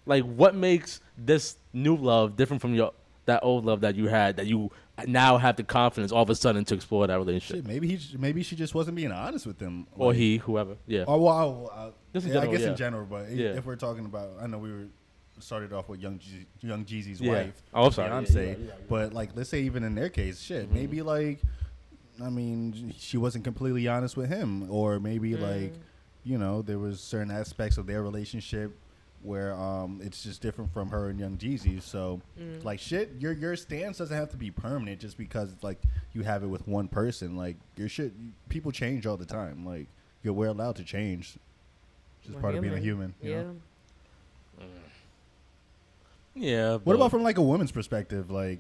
Like, what makes this new love different from your that old love that you had that you now have the confidence all of a sudden to explore that relationship Shit, maybe he, j- maybe she just wasn't being honest with him, or Like- he, whoever? Yeah, Oh well, I, I, Just in yeah, I general, guess yeah. in general, but i- Yeah. if we're talking about, I know we were started off with young Jeez- young Jeezy's Yeah. wife, Oh, I'm sorry. Yeah, Beyonce, yeah, Mm-hmm. yeah, yeah. but like let's say even in their case, shit, maybe like, I mean, she wasn't completely honest with him, or maybe like, Mm. you know, there was certain aspects of their relationship where um it's just different from her and young Jeezy. So Mm. like shit, your your stance doesn't have to be permanent just because like you have it with one person. Like your shit people change all the time. Like you're we're allowed to change. Just We're part of being a human. you Yeah. know? yeah. What but- about from like a woman's perspective? Like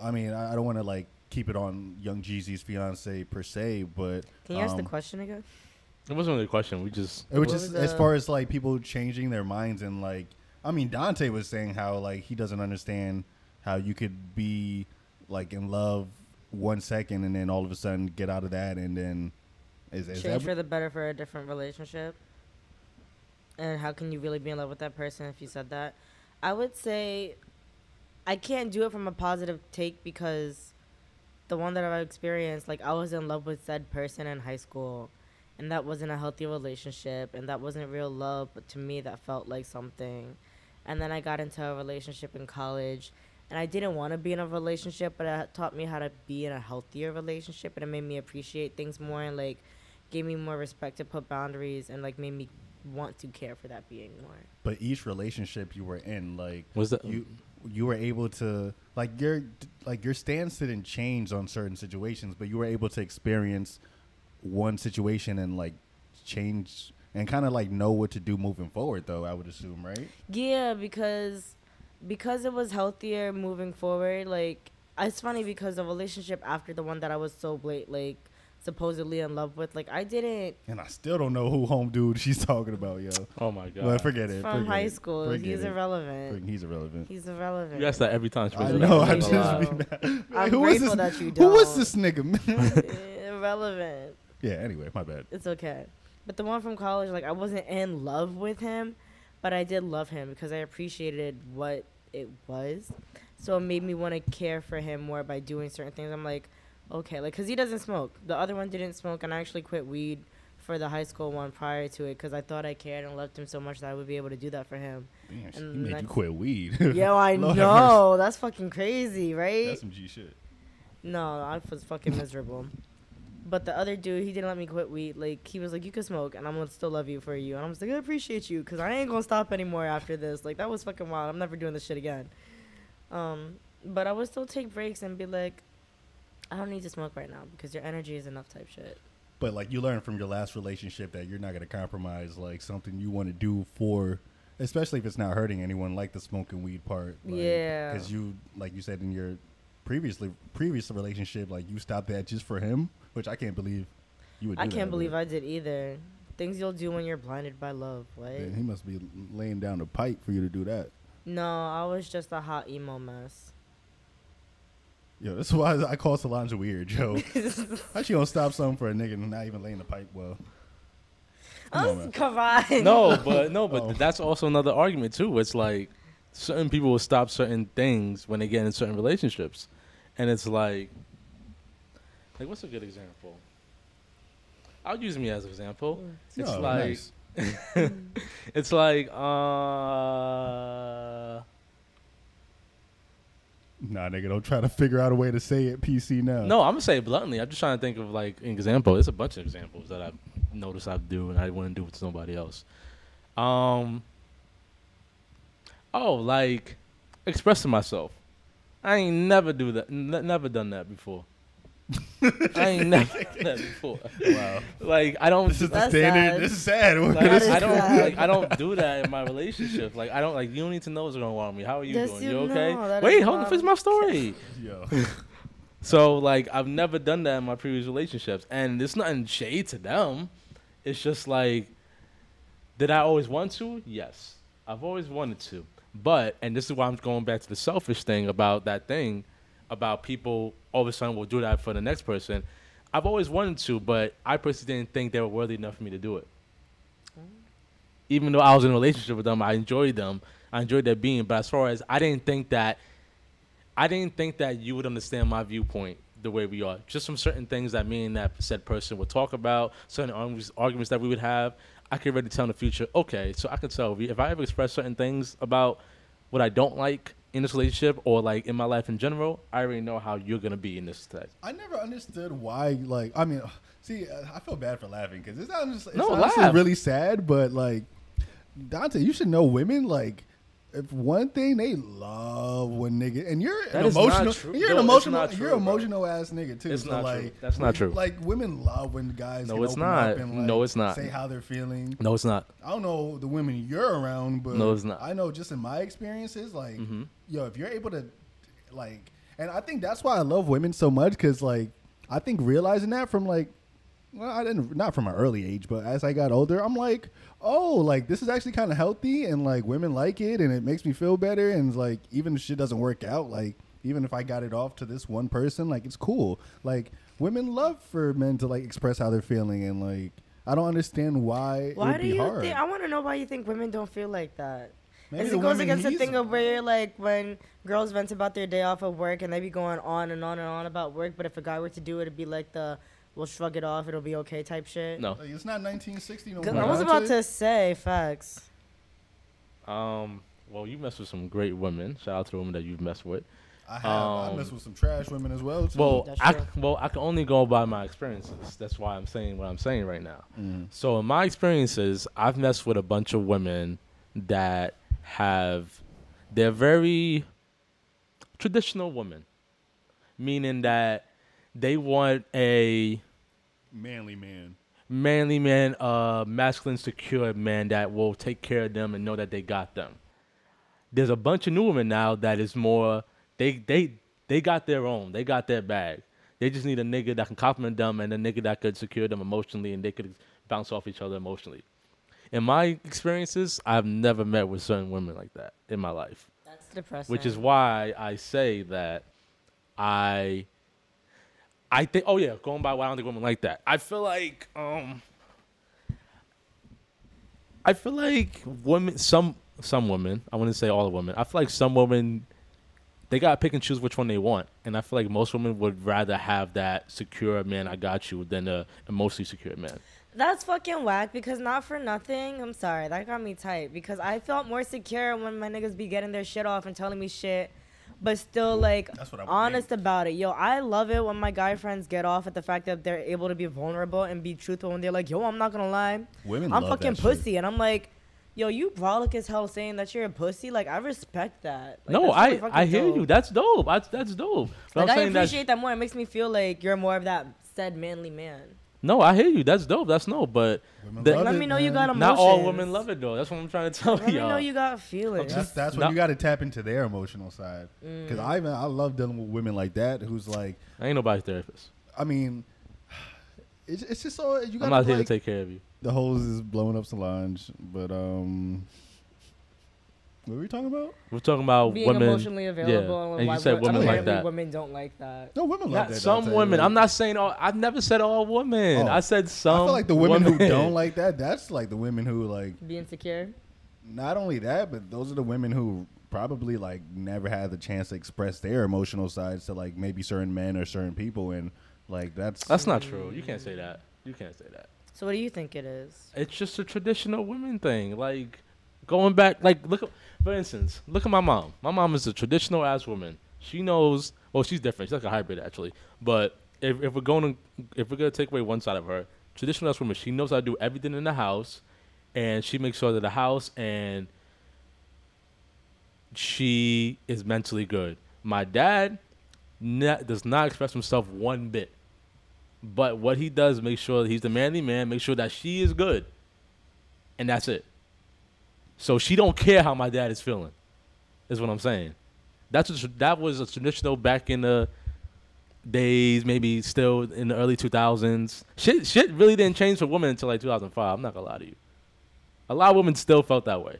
I mean, I, I don't wanna like keep it on young Jeezy's fiance per se, but Can you ask the um, question again? it wasn't really a question. We just It was What just was uh, as the- far as like people changing their minds and like I mean Dante was saying how like he doesn't understand how you could be like in love one second and then all of a sudden get out of that and then is, is Change for that the better for a different relationship. And how can you really be in love with that person if you said that? I would say I can't do it from a positive take because the one that I've experienced, like I was in love with said person in high school and that wasn't a healthy relationship and that wasn't real love, but to me that felt like something. And then I got into a relationship in college and I didn't want to be in a relationship, but it taught me how to be in a healthier relationship and it made me appreciate things more and like gave me more respect to put boundaries and like made me want to care for that being more. but each relationship you were in like Was that- you you were able to like your like your stance didn't change on certain situations but you were able to experience one situation and like change and kind of like know what to do moving forward though I would assume right Yeah, because because it was healthier moving forward. Like it's funny because the relationship after the one that I was so late, like supposedly in love with, like I didn't And I still don't know who home dude she's talking about, yo. oh my god. Well, forget it. from forget high it, school. forget He's it. irrelevant. Freaking- He's irrelevant. He's irrelevant. you ask that every time. she I raises her know. hand. I That's just a lie. be mad. I'm Who is grateful this? that you Who was don't. this nigga? irrelevant. yeah. Anyway, my bad. It's okay. But the one from college, like I wasn't in love with him, but I did love him because I appreciated what it was. So it made me want to care for him more by doing certain things. I'm like, okay, like because he doesn't smoke. The other one didn't smoke, and I actually quit weed for the high school one prior to it because I thought I cared and loved him so much that I would be able to do that for him. Damn, she And made you that's- quit weed. Yo, I Lord have know that's fucking crazy, right? That's some G shit. No, I was fucking miserable. But the other dude, he didn't let me quit weed. Like he was like, "You can smoke, and I'm gonna still love you for you." And I was like, "I appreciate you, cause I ain't gonna stop anymore after this." Like that was fucking wild. I'm never doing this shit again. Um, but I would still take breaks and be like, "I don't need to smoke right now because your energy is enough." Type shit. But like you learned from your last relationship that you're not gonna compromise like something you want to do for, especially if it's not hurting anyone, like the smoking weed part. Like, Yeah. Because you, like you said in your previously previous relationship, like you stopped that just for him, which I can't believe. You would. Do I that, can't but- believe I did either. Things you'll do when you're blinded by love. What? Man, he must be laying down the pipe for you to do that. No, I was just a hot emo mess. Yo, that's why I call Solange weird, yo. How she gonna stop something for a nigga and not even laying the pipe well? Come on, man. Come on. no, but no, but Oh. th- that's also another argument too. It's like certain people will stop certain things when they get in certain relationships, and it's like, like what's a good example? I'll use me as an example. It's Oh, like, nice. it's like, uh, Nah, nigga, don't try to figure out a way to say it PC now. No, I'm gonna say it bluntly. I'm just trying to think of like an example. There's a bunch of examples that I've noticed I do and I wouldn't do with somebody else. Um. Oh, like expressing myself. I ain't never do that. N- never done that before. I ain't never done that before. Wow. Like I don't. This is the That's standard. sad. This is sad. Like, That is I don't sad. like I don't do that in my relationship. Like I don't like you don't need to know what's going on with me. How are you Yes, doing? you You okay? know. That Wait, is hold on, wild. finish my story. Yo. So like I've never done that in my previous relationships, and it's nothing shade to them. It's just like, did I always want to? Yes, I've always wanted to. But and this is why I'm going back to the selfish thing about that thing, about people all of a sudden will do that for the next person. I've always wanted to, but I personally didn't think they were worthy enough for me to do it. Even though I was in a relationship with them, I enjoyed them. I enjoyed their being, but as far as I didn't think that I didn't think that you would understand my viewpoint the way we are, just from certain things that me and that said person would talk about, certain arguments, arguments that we would have. I could already tell in the future, okay, so I could tell if you- if I ever express certain things about what I don't like in this relationship or like in my life in general, I already know how you're gonna be in this type. I never understood why. Like, I mean, see, uh, I feel bad for laughing because it's not just it's No, honestly laugh. really sad. But like, Dante, you should know women like. If one thing they love when nigga and you're That an is not emotional, true. you're No, an it's emotional, not true, you're an bro. emotional ass nigga too. It's so not like, true. That's not true. Like women love when guys No, can it's open up not. and, like, No, it's not. Say how they're feeling. No, it's not. I don't know the women you're around, but No, it's not. Mm-hmm. I know just in my experiences, like, yo, if you're able to, like, and I think that's why I love women so much because, like, I think realizing that from like, well, I didn't not from an early age, but as I got older, I'm like, oh, like this is actually kind of healthy, and like women like it, and it makes me feel better, and like even if shit doesn't work out, like even if I got it off to this one person, like it's cool. Like women love for men to like express how they're feeling, and like I don't understand why. it Why would do be you hard. think? I want to know why you think women don't feel like that. Maybe Is the it goes women against the he's thing with. of where like when girls vent about their day off of work and they be going on and on and on about work, but if a guy were to do it, it'd be like the "we'll shrug it off, it'll be okay" type shit. No. Like, it's not 1960 no 'Cause more. I was about to say facts. Um, well, you mess with some great women. Shout out to the women that you've messed with. I have. I Um, mess with some trash women as well. Too. Well, That's I true. well I can only go by my experiences. That's why I'm saying what I'm saying right now. So in my experiences, I've messed with a bunch of women that have they're very traditional women, meaning that they want a manly man. manly man, uh, masculine, secure man that will take care of them and know that they got them. There's a bunch of new women now that is more they they they got their own, they got their bag. They just need a nigga that can compliment them and a nigga that could secure them emotionally and they could bounce off each other emotionally. In my experiences, I've never met with certain women like that in my life That's depressing. which is why I say that I I think oh yeah, going by why I don't think women like that. I feel like um I feel like women some some women, I wouldn't say all the women, I feel like some women they gotta pick and choose which one they want. And I feel like most women would rather have that secure man I got you than a emotionally secure man. That's fucking whack because not for nothing. I'm sorry. That got me tight because I felt more secure when my niggas be getting their shit off and telling me shit, but still like That's what I would honest about it. Yo, I love it when my guy friends get off at the fact that they're able to be vulnerable and be truthful when they're like, yo, I'm not gonna lie. Women I'm love fucking that shit. pussy. And I'm like, yo, you brolic as hell saying that you're a pussy. Like, I respect that. Like, no, that's really I fucking I hear dope. you. That's dope. That's that's dope. But Like, I that's- appreciate that more. It makes me feel like you're more of that said manly man. no, I hear you. That's dope. That's no, but that- love Let it, me know you man. got emotions. Not all women love it though. That's what I'm trying to tell Let me y'all. know you got feelings. That's that's when Not- you got to tap into their emotional side. Because Mm. I even I love dealing with women like that. Who's like, I ain't nobody's therapist. I mean, it's, it's just so you got. I'm not here like, to take care of you. the hose is blowing up Solange, but um, what were we talking about? We're talking about being women. emotionally available yeah. and, and why you said women like apparently that. women don't like that. No, women love Not that. some Dante, women. like- I'm not saying all. I've never said all women. Oh. I said I some. feel like the women who don't like that. That's like the women who like Be insecure. not only that, but those are the women who probably like never had the chance to express their emotional sides to like maybe certain men or certain people, and like that's That's not true. You can't say that. You can't say that. So what do you think it is? It's just a traditional women thing. Like going back. Like look. At, for instance, look at my mom. My mom is a traditional ass woman. She knows. Well, she's different. She's like a hybrid actually. But if, if we're going to if we're gonna take away one side of her, traditional as woman, she knows how to do everything in the house, and she makes sure that the house and she is mentally good. My dad na does not express himself one bit. But what he does, make sure he's the manly man, make sure that she is good, and that's it. So she don't care how my dad is feeling, is what I'm saying. That's a, tr- that was a traditional back in the days, maybe still in the early 2000s. Shit, shit really didn't change for women until like 2005. I'm not gonna lie to you. A lot of women still felt that way.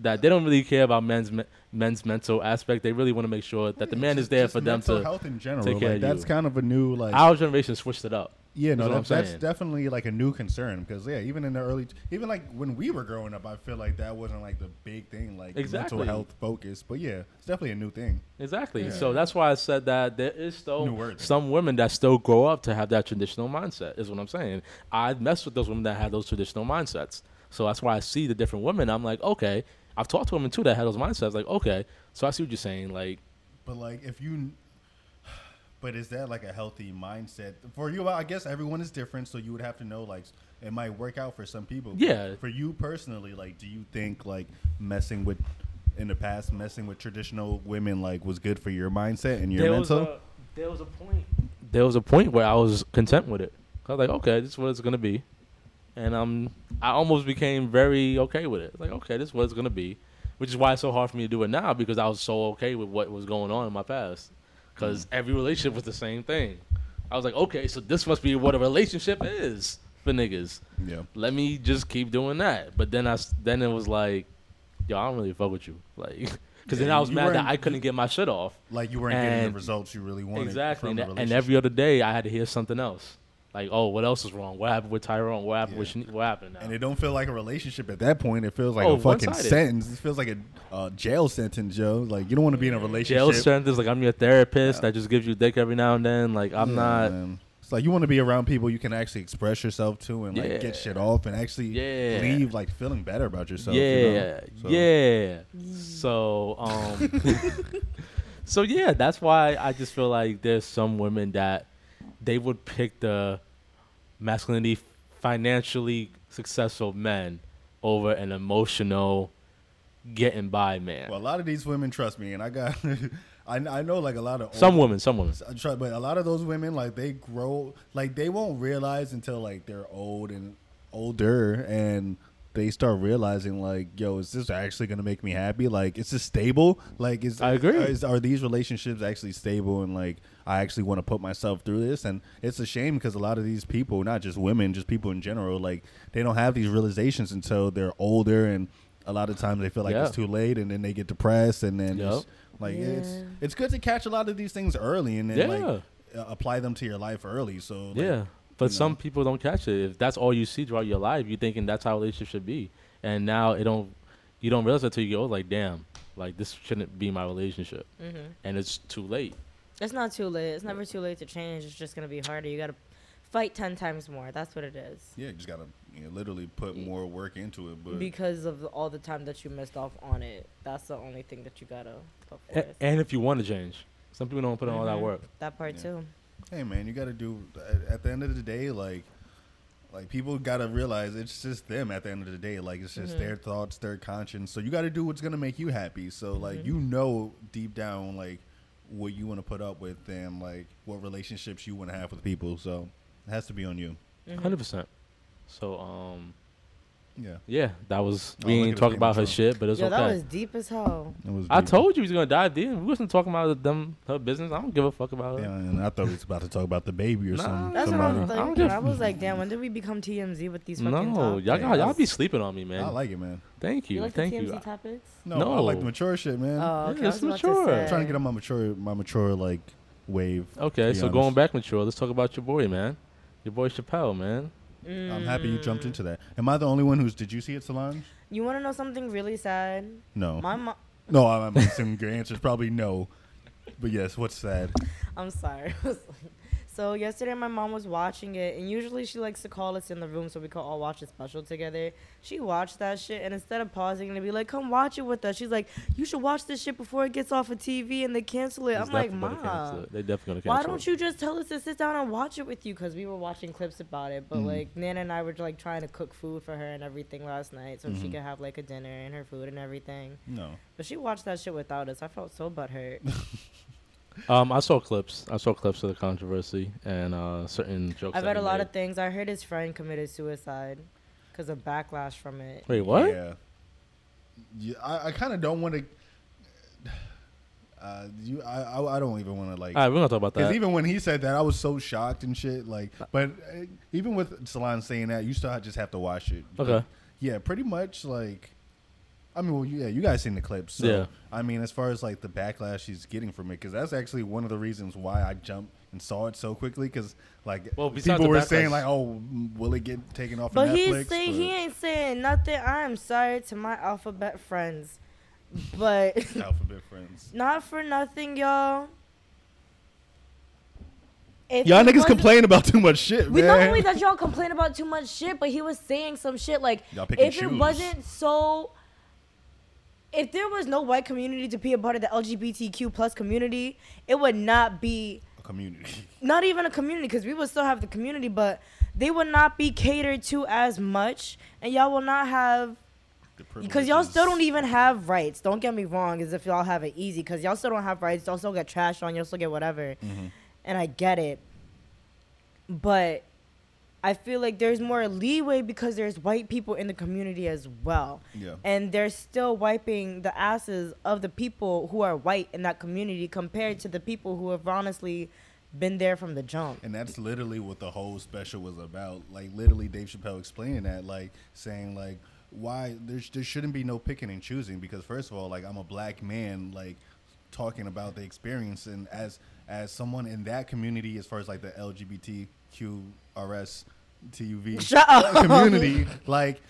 That they don't really care about men's me- men's mental aspect. They really want to make sure that the man is there Just for them mental to health in general. take care like, of that's you. kind of a new like our generation switched it up. Yeah, Is no, what that, I'm that's saying. definitely like a new concern because yeah, even in the early, even like when we were growing up, I feel like that wasn't like the big thing, like Exactly. mental health focus. But yeah, it's definitely a new thing. Exactly. So that's why I said that there is New still word. some women that still grow up to have that traditional mindset. Is what I'm saying. I mess with those women that have those traditional mindsets. So that's why I see the different women. I'm like, okay. I've talked to women too that had those mindsets. Like, okay. So I see what you're saying. Like, But like, if you, but is that like a healthy mindset for you? I guess everyone is different, so you would have to know like it might work out for some people. but Yeah. For you personally, like, do you think like messing with in the past, messing with traditional women like was good for your mindset and your there was mental? a there was a point there was a point where I was content with it. I was like, okay, this is what it's gonna be, and um, I almost became very okay with it. Like, okay, this is what it's gonna be, which is why it's so hard for me to do it now because I was so okay with what was going on in my past, because every relationship was the same thing. I was like, okay, so this must be what a relationship is for niggas. yeah. Let me just keep doing that. But then I s- then it was like, yo, I don't really fuck with you, like, because then Yeah, I was you mad that weren't- I couldn't get my shit off. Like you weren't getting And- the results you really wanted. From Exactly. And, the and relationship. every other day, I had to hear something else. Like, oh, what else is wrong? What happened with Tyrone? What happened with Yeah. Shani- What happened now? And it don't feel like a relationship at that point. It feels like Oh, a fucking one-sided. sentence. It feels like a uh, jail sentence, Joe. Like you don't want to be in a relationship. Jail strength is like, I'm your therapist that just gives you dick every now and then. Like, I'm Yeah, not. man. It's like you want to be around people you can actually express yourself to and like Yeah. get shit off and actually Yeah. leave like feeling better about yourself. you know? yeah, So- yeah. Mm. So, um, so yeah, that's why I just feel like there's some women that they would pick the masculinity, financially successful men over an emotional, getting by man. Well, a lot of these women trust me, and I got, I, I know like a lot of some old- women, some women. I try, uh, but a lot of those women like they grow like they won't realize until like they're old and older and they start realizing like yo is this actually gonna make me happy like is this stable like is I agree. is, are these relationships actually stable and like i actually want to put myself through this and it's a shame because a lot of these people not just women just people in general like they don't have these realizations until they're older and a lot of times they feel like Yeah. it's too late and then they get depressed and then Yep. just, like it's it's good to catch a lot of these things early and then like uh, apply them to your life early. So like, yeah, but some people don't catch it. If that's all you see throughout your life, you thinking that's how a relationship should be, and now it don't. You don't realize until you get old. Like, damn, like this shouldn't be my relationship, and it's too late. Mm-hmm. It's not too late. It's never too late to change. It's just gonna be harder. You gotta fight ten times more. That's what it is. yeah, you just gotta you know, literally put more work into it. But Because of the- all the time that you missed off on it. That's the only thing that you gotta up A- with. and if you want to change, some people don't put in all that work. That part Yeah. too. hey, man, you gotta do at- at the end of the day, like. Like people gotta realize it's just them at the end of the day. Like it's just their thoughts, their conscience. So you gotta do what's gonna make you happy. So like you know deep down like what you wanna put up with and like what relationships you wanna have with people. So it has to be on you. 100 percent. So, um, Yeah. yeah, that was Oh, we look at ain't this talk Game about of her Thrones. shit, but it's Yo, okay. that was deep as hell. It was I deep. told you we was gonna dive in. We wasn't talking about them her business. I don't give a fuck about her. Yeah, and I thought we was about to talk about the baby or Nah, something. That's what I somebody. was I don't thinking. give- I was like, damn, when did we become TMZ with these fucking No, y'all topics? got, y'all that's- be sleeping on me, man. I like it, man. thank you, You like thank the TMZ you. I- topics? No, No. I like the mature shit, man. Oh, Yeah, okay. I was it's about mature. to say. I'm trying to get on my mature, my mature like wave. Okay, to be so honest. going back mature, let's talk about your boy, man. Your boy Chappelle, man. I'm happy you jumped into that. Am I the only one who's? Did you see it, Solange? You want to know something really sad? No. My mom. no, I'm, I'm assuming your answer is probably no. But yes, what's sad? I'm sorry. So yesterday my mom was watching it, and usually she likes to call us in the room so we could all watch a special together. She watched that shit, and instead of pausing and be like, "Come watch it with us," she's like, "You should watch this shit before it gets off of TV and they cancel it." He's I'm like, definitely gonna cancel "Mom, it. They definitely gonna cancel. why don't it. you just tell us to sit down and watch it with you?" Because we were watching clips about it, Mm-hmm. but like Nana and I were like trying to cook food for her and everything last night, so Mm-hmm. she could have like a dinner and her food and everything. No. But she watched that shit without us. I felt so butthurt. Um, I saw clips. I saw clips of the controversy and uh, certain jokes. I that read he a lot made. of things. I heard his friend committed suicide because of backlash from it. Wait, what? Yeah. yeah I, I kind of don't want to. Uh, you, I, I, I don't even want to like. All right, we're gonna talk about Because that. even when he said that, I was so shocked and shit. Like, but uh, even with Salon saying that, you still ha- just have to watch it. Okay. Yeah, pretty much like. I mean, well, yeah, you guys seen the clips. So, Yeah. I mean, as far as like the backlash he's getting from it, because that's actually one of the reasons why I jumped and saw it so quickly. Because like Well, besides people the were backlash- saying like, oh, m- will it get taken off? But of Netflix? he's saying But- he ain't saying nothing. I am sorry to my alphabet friends, but Alphabet friends. not for nothing, y'all. If Y'all he niggas wasn't- complain about too much shit, We man. not only that y'all complain about too much shit, but he was saying some shit like Y'all pick and if it choose. wasn't so if there was no white community to be a part of the LGBTQ plus community, it would not be A community. not even a community because we would still have the community, but they would not be catered to as much, and y'all will not have because y'all still don't even have rights. Don't get me wrong, as if y'all have it easy because y'all still don't have rights. Y'all still get trashed on. Y'all still get whatever, and I get it, but I feel like there's more leeway because there's white people in the community as well. Yeah. And they're still wiping the asses of the people who are white in that community compared to the people who have honestly been there from the jump. And that's literally what the whole special was about. Like literally Dave Chappelle explaining that, like saying like why there's there shouldn't be no picking and choosing because first of all, like I'm a black man, like talking about the experience and as as someone in that community as far as like the LGBTQRS TUV Shut up. community. Like,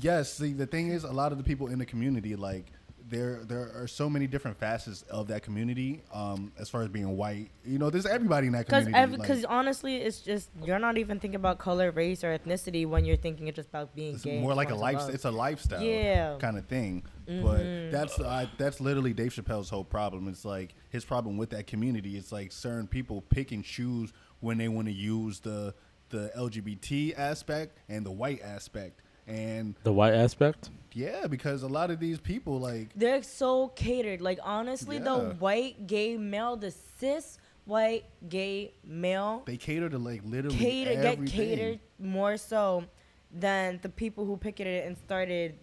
yes. See, the thing is, a lot of the people in the community, like, there there are so many different facets of that community. Um, as far as being white, you know, there's everybody in that Because community. because like, honestly, it's just you're not even thinking about color, race, or ethnicity when you're thinking it's just about being it's gay. and more just like a wanting to lifestyle. love. It's a lifestyle, Yeah. Mm-hmm. kind of thing. But that's I, that's literally Dave Chappelle's whole problem. It's like his problem with that community. It's like certain people pick and choose when they want to use the the LGBT aspect and the white aspect. And The white aspect. yeah, because a lot of these people like They're so catered. Like honestly, Yeah. the white gay male, the cis white gay male, They cater to like literally cater everything. get catered more so than the people who picketed it and started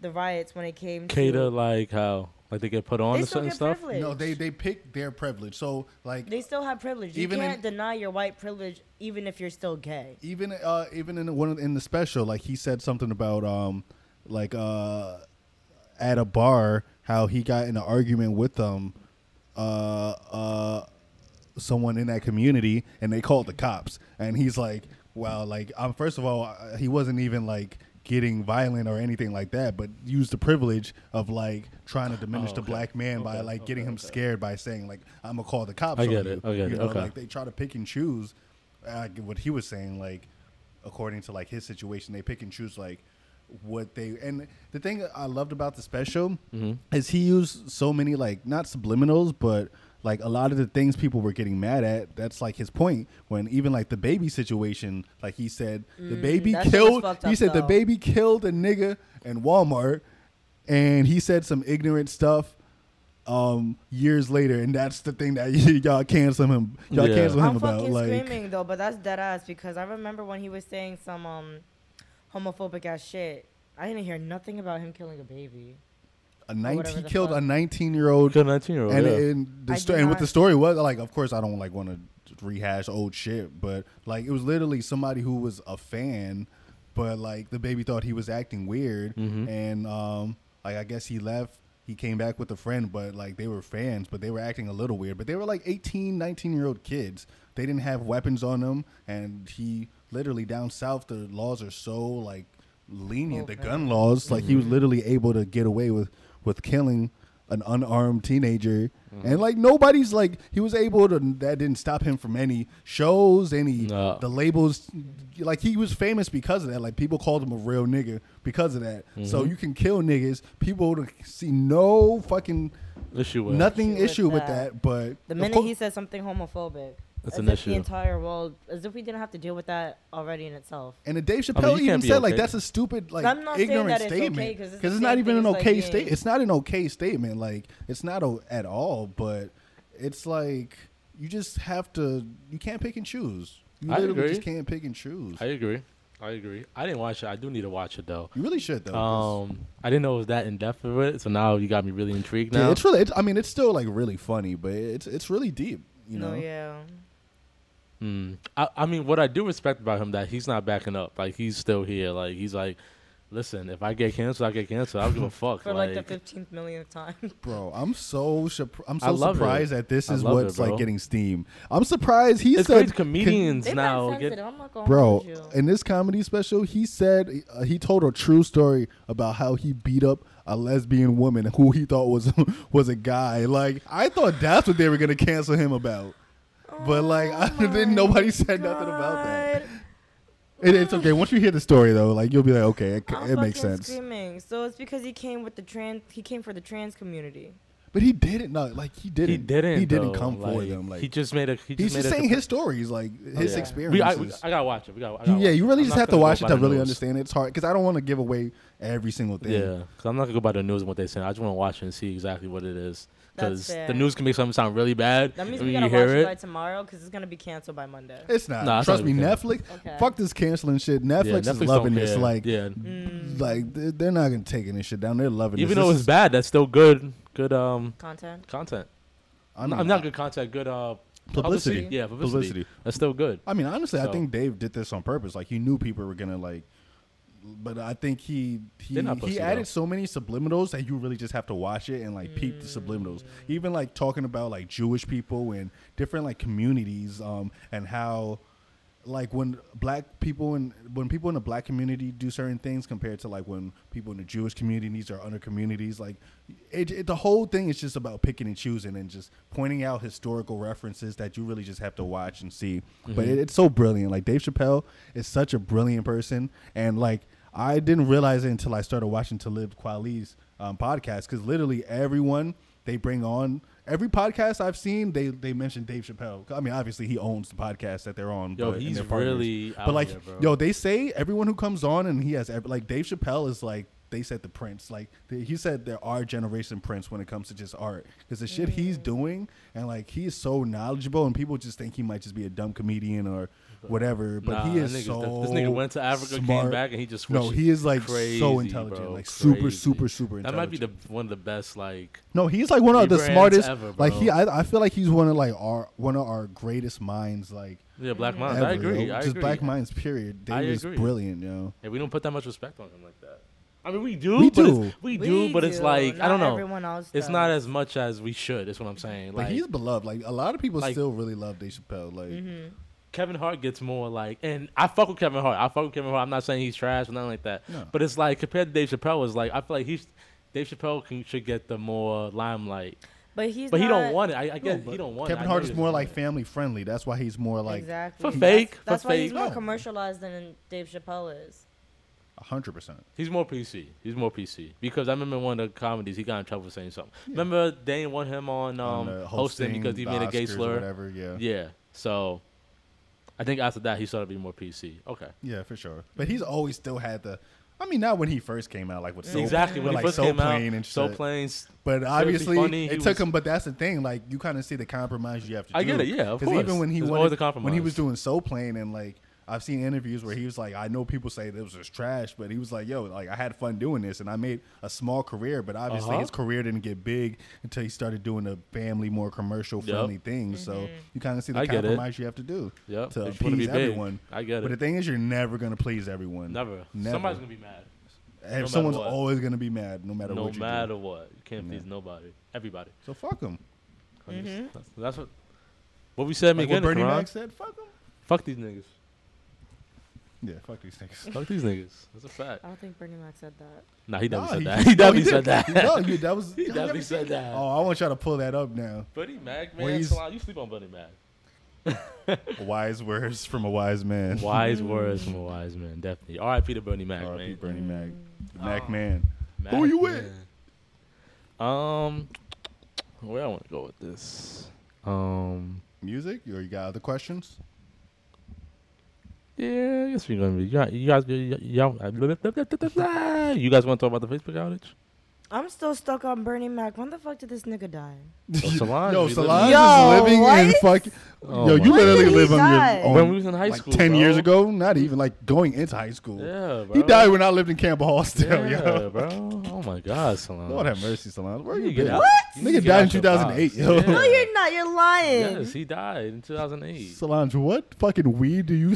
the riots when it came Cater to like how like they get put on they to still certain get stuff. privilege. No, they they pick their privilege. So like they still have privilege. You Even in- can't deny your white privilege even if you're still gay. even uh even in one of, in the special, like he said something about um like uh at a bar how he got in an argument with them uh uh someone in that community and they called the cops and he's like wow like um first of all uh, he wasn't even like getting violent or anything like that but used the privilege of like trying to diminish Oh, the black man by like getting him scared by saying like i'm gonna call the cops I on get you. it. I get You it. know, Okay. like they try to pick and choose uh, what he was saying like according to like his situation they pick and choose like what they and the thing i loved about the special is he used so many like not subliminals but like a lot of the things people were getting mad at that's like his point when even like the baby situation like he said the baby that shit was killed Mm, fucked he up, said the though. baby killed a nigga in walmart and he said some ignorant stuff um years later and that's the thing that y'all cancel him y'all Yeah. cancel him I'm about fucking like screaming though, but that's dead ass because I remember when he was saying some um homophobic ass shit. I didn't hear nothing about him killing a baby. a whatever 19 the killed a fuck. 19 year old Good nineteen year old. and, yeah. and the I sto- did and what not- the story was like of course i don't like want to rehash old shit but like it was literally somebody who was a fan but like the baby thought he was acting weird and um like i guess he left he came back with a friend but like they were fans but they were acting a little weird but they were like 18 19 year old kids they didn't have weapons on them and he literally down south the laws are so like lenient Oh, the gun laws like he was literally able to get away with with killing an unarmed teenager And like nobody's like he was able to that didn't stop him from any shows, any No. the labels like he was famous because of that. Like people called him a real nigga because of that. So you can kill niggas. People to see no fucking Issue with nothing Issue with issue with that. that. But The of minute course- he says something homophobic, That's as an if issue. the entire world, as if we didn't have to deal with that already in itself. And the Dave I mean, Chappelle you even can't be said like okay. that's a stupid like I'm not saying ignorant that it's okay, statement 'cause it's the it's same not even thing an as, like, okay being- state. It's not an okay statement. Like it's not o- at all. But it's like you just have to. You can't pick and choose. You I literally agree. just can't pick and choose. I agree. I agree. I didn't watch it. I do need to watch it though. you really should though. 'cause- Um, I didn't know it was that in depth of it, so now you got me really intrigued. yeah, Now it's really. It's, I mean, it's still like really funny, but it's it's really deep. You know. No, yeah. Mm. I, I mean, what I do respect about him that he's not backing up. Like he's still here. Like he's like, listen, if I get canceled, I get canceled. I don't give a fuck. For like, the 15th millionth time. Bro, I'm so surp- I'm I so love it. surprised that this I is love it, what's bro. like getting steam. I'm surprised he it's said great con- comedians They're not now. sensitive. Get, I'm not going Bro, You. in this comedy special, he said uh, he told a true story about how he beat up a lesbian woman who he thought was was a guy. Like I thought that's what they were gonna cancel him about, but like I didn't. Nobody said nothing about that. Oh God. It, it's okay. Once you hear the story though, like you'll be like, okay, it, I'm it makes fucking sense. Screaming. So it's because he came with the trans. He came for the trans community. But he didn't. No, like he didn't. he didn't. He didn't though. come for Like, them. Like he just made a. He he's just made just a saying compa- his stories, like his Yeah. experiences. We, I, we- I gotta watch it. We gotta. I gotta yeah, watch you it. really I'm just not have to gonna go watch it by to the really news. understand it. It's hard because I don't want to give away every single thing. Yeah, because I'm not gonna go by the news and what they're saying. I just want to watch it and see exactly what it is. That's Because the fair. news can make something sound really bad. That means and we when gotta you hear watch it, it. by tomorrow because it's gonna be canceled by Monday. It's not. Nah, it's Trust not me, even Netflix. Okay. Fuck this canceling shit. Netflix, yeah, is loving don't this. care. Like, yeah, like they- they're not gonna take this shit down. They're loving even this. though This it's is- bad, that's still good. Good um Content. content. I don't I'm know. not good content. Good uh Publicity. Yeah, publicity. Publicity. That's still good. I mean, honestly, I So- think Dave did this on purpose. Like he knew people were gonna like, but I think he he, They're not pussy, he though. added so many subliminals that you really just have to watch it and like peep the subliminals. Mm. Even like talking about like Jewish people and different like communities, um, and how like when black people and when people in the black community do certain things compared to like when people in the Jewish communities or other communities, like it, it, the whole thing is just about picking and choosing and just pointing out historical references that you really just have to watch and see. Mm-hmm. But it, it's so brilliant. Like Dave Chappelle is such a brilliant person, and like I didn't realize it until I started watching Talib Kweli's um, podcast because literally everyone they bring on. Every podcast I've seen, they they mention Dave Chappelle. I mean, obviously he owns the podcast that they're on. Yo, but- and he's they're partners. really out But like, here, bro. yo, they say everyone who comes on and he has ev- like Dave Chappelle is like they said the Prince. Like they, he said, there are generation Prince when it comes to just art because the shit he's doing and like he is so knowledgeable and people just think he might just be a dumb comedian or whatever. But Nah, he that is nigga's so. def- this nigga went to Africa, came smart. back, and he just no, switched he is like Crazy, so intelligent, bro. like super, Crazy. super, super. That intelligent. might be the one of the best. Like No, he's like one of the Libra hands smartest. ever, like he, bro. I, I feel like he's one of like our one of our greatest minds. Like yeah, black minds. ever, I agree. yo. I just agree. black minds. Period. I Dave is agree. brilliant, yo. Yeah, we don't put that much respect on him like that. I mean, we do. We but it's- do. We do, but it's do, like I not don't know. Everyone else. It's not does. as much as we should. Is what I'm saying. But Like he's beloved. Like a lot of people like- still really love Dave Chappelle. Like Kevin Hart gets more like, and I fuck with Kevin Hart. I fuck with Kevin Hart. I'm not saying he's trash or nothing like that. No. But it's like compared to Dave Chappelle, is like I feel like he's Dave Chappelle can, should get the more limelight, But he's. but he not- don't want it. I, I guess he don't want it. Kevin I Hart know is he more doesn't like want family friendly. That's why he's more like exactly. For That's- fake, for That's, why he's fake. more No. commercialized than Dave Chappelle is. hundred percent. it. He's more PC. He's more PC because I remember one of the comedies he got in trouble for saying something. Remember Dane won him on um hosting, because he made a gay slur. Whatever. Yeah. yeah. Yeah, so I think after that he started being more PC. Okay. for sure. But he's always still had the. I mean, not when he first came out, like with so, Mm. exactly when with, he like, first so came out, plain and so shit. plain. But obviously, funny, he it took was- him. But that's the thing. Like you kind of see the compromise you have to. I do. get it, yeah, of 'Cause course. Even when he There's wanted, always a when he compromise. was doing so plain and like. I've seen interviews where he was like, I know people say this was trash, but he was like, yo, like I had fun doing this and I made a small career, but obviously Uh-huh. his career didn't get big until he started doing the family, more commercial friendly Yep. things. So you kind of see the I get it. compromise you have to do Yep. to They just wanna be appease big. everyone. I get But it. the thing is, you're never going to please everyone. Never. Never. Somebody's gonna be mad. And no someone's matter what. always going to be mad no matter no what you matter do. what. You can't please nobody. Everybody. So fuck him. That's, that's what what we said in the Like what beginning, Bernie Karan. Mac said, fuck him. Fuck these niggas. Yeah, fuck these niggas. Fuck these niggas. That's a fact. I don't think Bernie Mac said that. Nah, he No, definitely he- said that. He definitely said no, didn't. that. No, you, that was. He definitely said that. Oh, I want y'all to pull that up now. Buddy Mac, Well, man. he's- Salon, you sleep on Buddy Mac. Wise words from a wise man. Wise words from a wise man, definitely. R.I.P. to Bernie Mac, R.I.P. man. Mm. Oh. Bernie Mac. Mac man. Mac, Who you with? man. Um, where I want to go with this? Um, Music? Or you got other questions? yeah, I guess we're gonna be. You guys, you guys, you, uh, you guys want to talk about the Facebook outage? I'm still stuck on Bernie Mac. When the fuck did this nigga die? So Solange, Yo, we lived- Solange Yo, is living in what? fucking. Oh yo, my you God. literally When did live he on die? your. On, when we was in high Um, like school, ten bro. years ago, not even like going into high school. Yeah, bro. He died when I lived in Campbell Hall still, yeah, yo. bro. Oh my God, Solange. Lord have mercy, Solange. Where You you get been? out- you need to Nigga get died in out your box. 2008, yo. Yeah. No, you're not. You're lying. Yes, he died in 2008. Solange, what fucking weed do you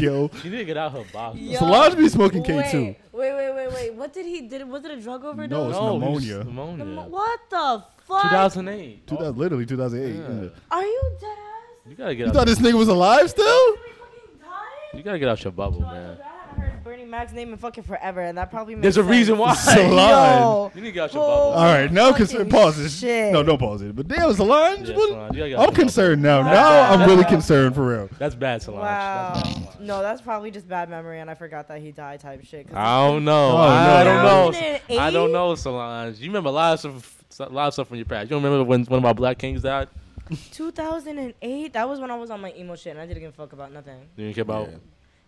yo? She didn't get out her box. Yo, Solange be smoking K2. Wait, wait, wait, wait, wait. What did he did? Was it a drug it's overdose? No, it was Oh, pneumonia. Pneumonia. Mo- What the fuck? 2008. 2000, literally 2008. Yeah. yeah. Are you dead ass? You gotta get You out. thought this nigga was alive still? Did he fucking die? you gotta get out your bubble, man. I haven't heard Bernie Mac's name in fucking forever, and that probably makes There's a sense. reason why. Solange. You need to get out your Oh. bubble. All right, now cons- Fucking pause this. shit. No, don't pause it. But damn, Solange, Yeah, what- Solange, you gotta get out your I'm bubble. concerned now. Wow. Now I'm That's really bad. concerned for real. That's bad, Solange. Wow. That's bad, Solange. No, that's probably just bad memory, and I forgot that he died type shit. 'cause I don't know. Oh, I no. don't know. I 2008? don't know, Solange. You remember a lot of stuff, a lot of stuff from your past. You don't remember when one of my black kings died? 2008. That was when I was on my emo shit, and I didn't give a fuck about nothing. You didn't care about. I didn't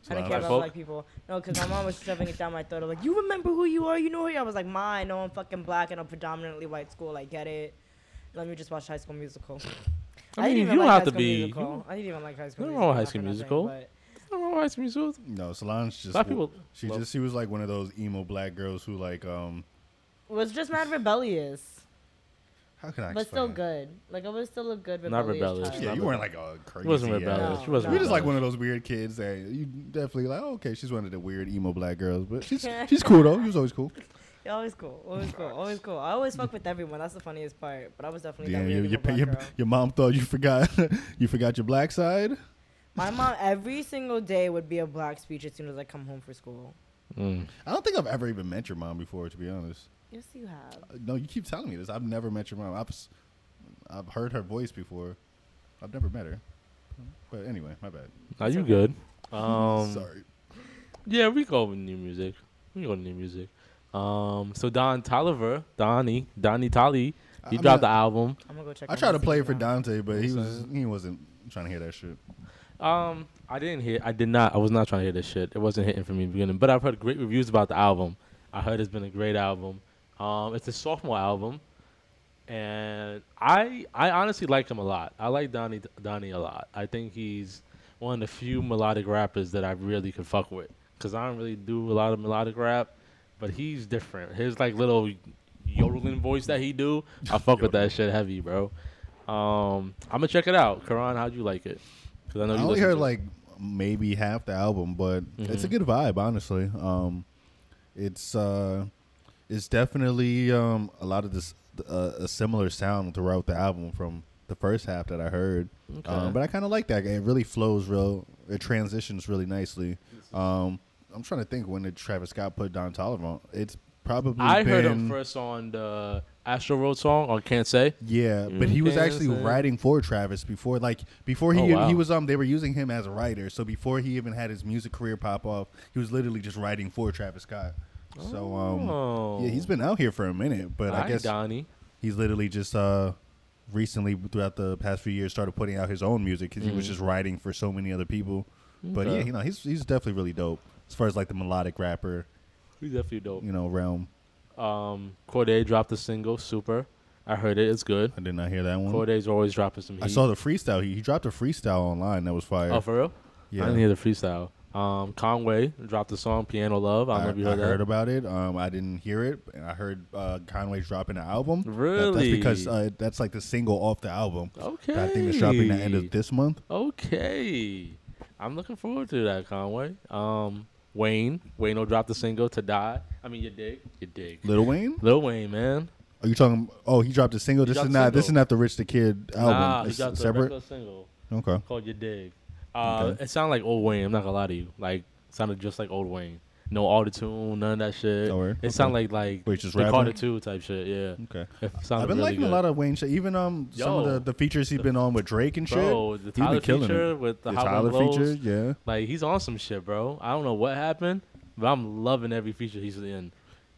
Black care about folk? black people. No, because my mom was shoving it down my throat. I'm like, you remember who you are? You know who you are? I was like, ma, I know I'm fucking black in a predominantly white school. I get it. Let me just watch High School Musical. I mean, didn't even you don't like have High to School be- Musical. I didn't even like High School Nothing Musical. wrong with High not for School nothing, Musical. but- I don't know why it's music. No, Solange just Black people she love- just she was like one of those emo black girls who like um was just mad rebellious, how can I but still explain good. Like I was still a good Not rebellious. rebellious. child. it? Yeah, you weren't like a crazy. She wasn't ass- rebellious. No, she wasn't. You're just like rebellious. one of those weird kids that you definitely like. Oh, okay, she's one of the weird emo black girls, but she's she's cool though. She was always cool. Yeah, always cool, always cool, always cool. I always fuck with everyone. That's the funniest part. But I was definitely Damn, that your weird your, emo black your, girl. your mom thought you forgot you forgot your black side. My mom every single day would be a black speech as soon as I come home for school. Mm. I don't think I've ever even met your mom before, to be honest. Yes, you have. No, you keep telling me this. I've never met your mom. I've, s- I've heard her voice before. I've never met her. But anyway, my bad. Are you good? Um, Sorry. Yeah, we go with new music. We go with new music. Um, so Don Tolliver, Donnie, Donnie Tolly, I- he I'm dropped not- the album. I'm gonna go check. I my tried to message play it for now. Dante, but he was he wasn't trying to hear that shit. Um, I didn't hear. I did not. I was not trying to hear this shit. It wasn't hitting for me in the beginning. But I've heard great reviews about the album. I heard it's been a great album. Um, it's a sophomore album, and I I honestly like him a lot. I like Donnie Donnie a lot. I think he's one of the few melodic rappers that I really could fuck with. Cause I don't really do a lot of melodic rap, but he's different. His like little yodeling voice that he do, I fuck with that shit heavy, bro. Um, I'm gonna check it out. Karan, how'd you like it? 'Cause I know I you only listen heard to Mm-hmm. it. like maybe half the album, but it's a good vibe, honestly. Um, it's uh, it's definitely um, a lot of this uh, a similar sound throughout the album from the first half that I heard. Okay. Um, but I kind of like that. It really flows real. It transitions really nicely. Um, I'm trying to think when did Travis Scott put Don Toliver on. It's probably I been, heard him first on the Astro Road song on Can't Say. Yeah, but he was Okay, actually so- writing for Travis before, like before he Oh, wow. he was um they were using him as a writer. So before he even had his music career pop off, he was literally just writing for Travis Scott. So um yeah, he's been out here for a minute, but I Oh. Hi, guess Donnie. he's literally just uh recently throughout the past few years started putting out his own music because he was just writing for so many other people. But Mm-hmm. Okay. yeah, you know he's he's definitely really dope as far as like the melodic rapper He's definitely dope. you know realm. Um, Corday dropped a single, Super. I heard it. It's good. I did not hear that one. Corday's always dropping some heat. I saw the freestyle. He, he dropped a freestyle online that was fire. Oh, for real? Yeah. I didn't hear the freestyle. Um, Conway dropped the song Piano Love. I don't know if you heard I that. heard about it. Um, I didn't hear it. and I heard uh, Conway's dropping an album. That- Really? that's because uh, that's like the single off the album. okay. I think it's dropping the end of this month. Okay. I'm looking forward to that, Conway. Um, Wayne. Wayne will drop the single to die. I mean, you dig. You dig. Lil Wayne? Lil Wayne, man. Are you talking? Oh, he dropped a single. This is dropped a not. This single. is not the Rich the Kid Nah, album. Ah, he It's dropped the separate. regular single. Okay. called You Dig. Uh, Okay. It sounded like old Wayne. I'm not gonna lie to you. Like Sounded just like old Wayne. No auto tune, none of that shit. Oh, word? It sounded like like Wait, just rapping? Carter Two type shit. Yeah. Okay. It I've sounded been really liking good. a lot of Wayne shit. Even um some of Yo. the, the features he's been on with Drake and shit. Bro, the he's Tyler been killing feature it. with the, The Hot One Tyler Blows. feature, yeah. Like he's on some shit, bro. I don't know what happened, but I'm loving every feature he's in.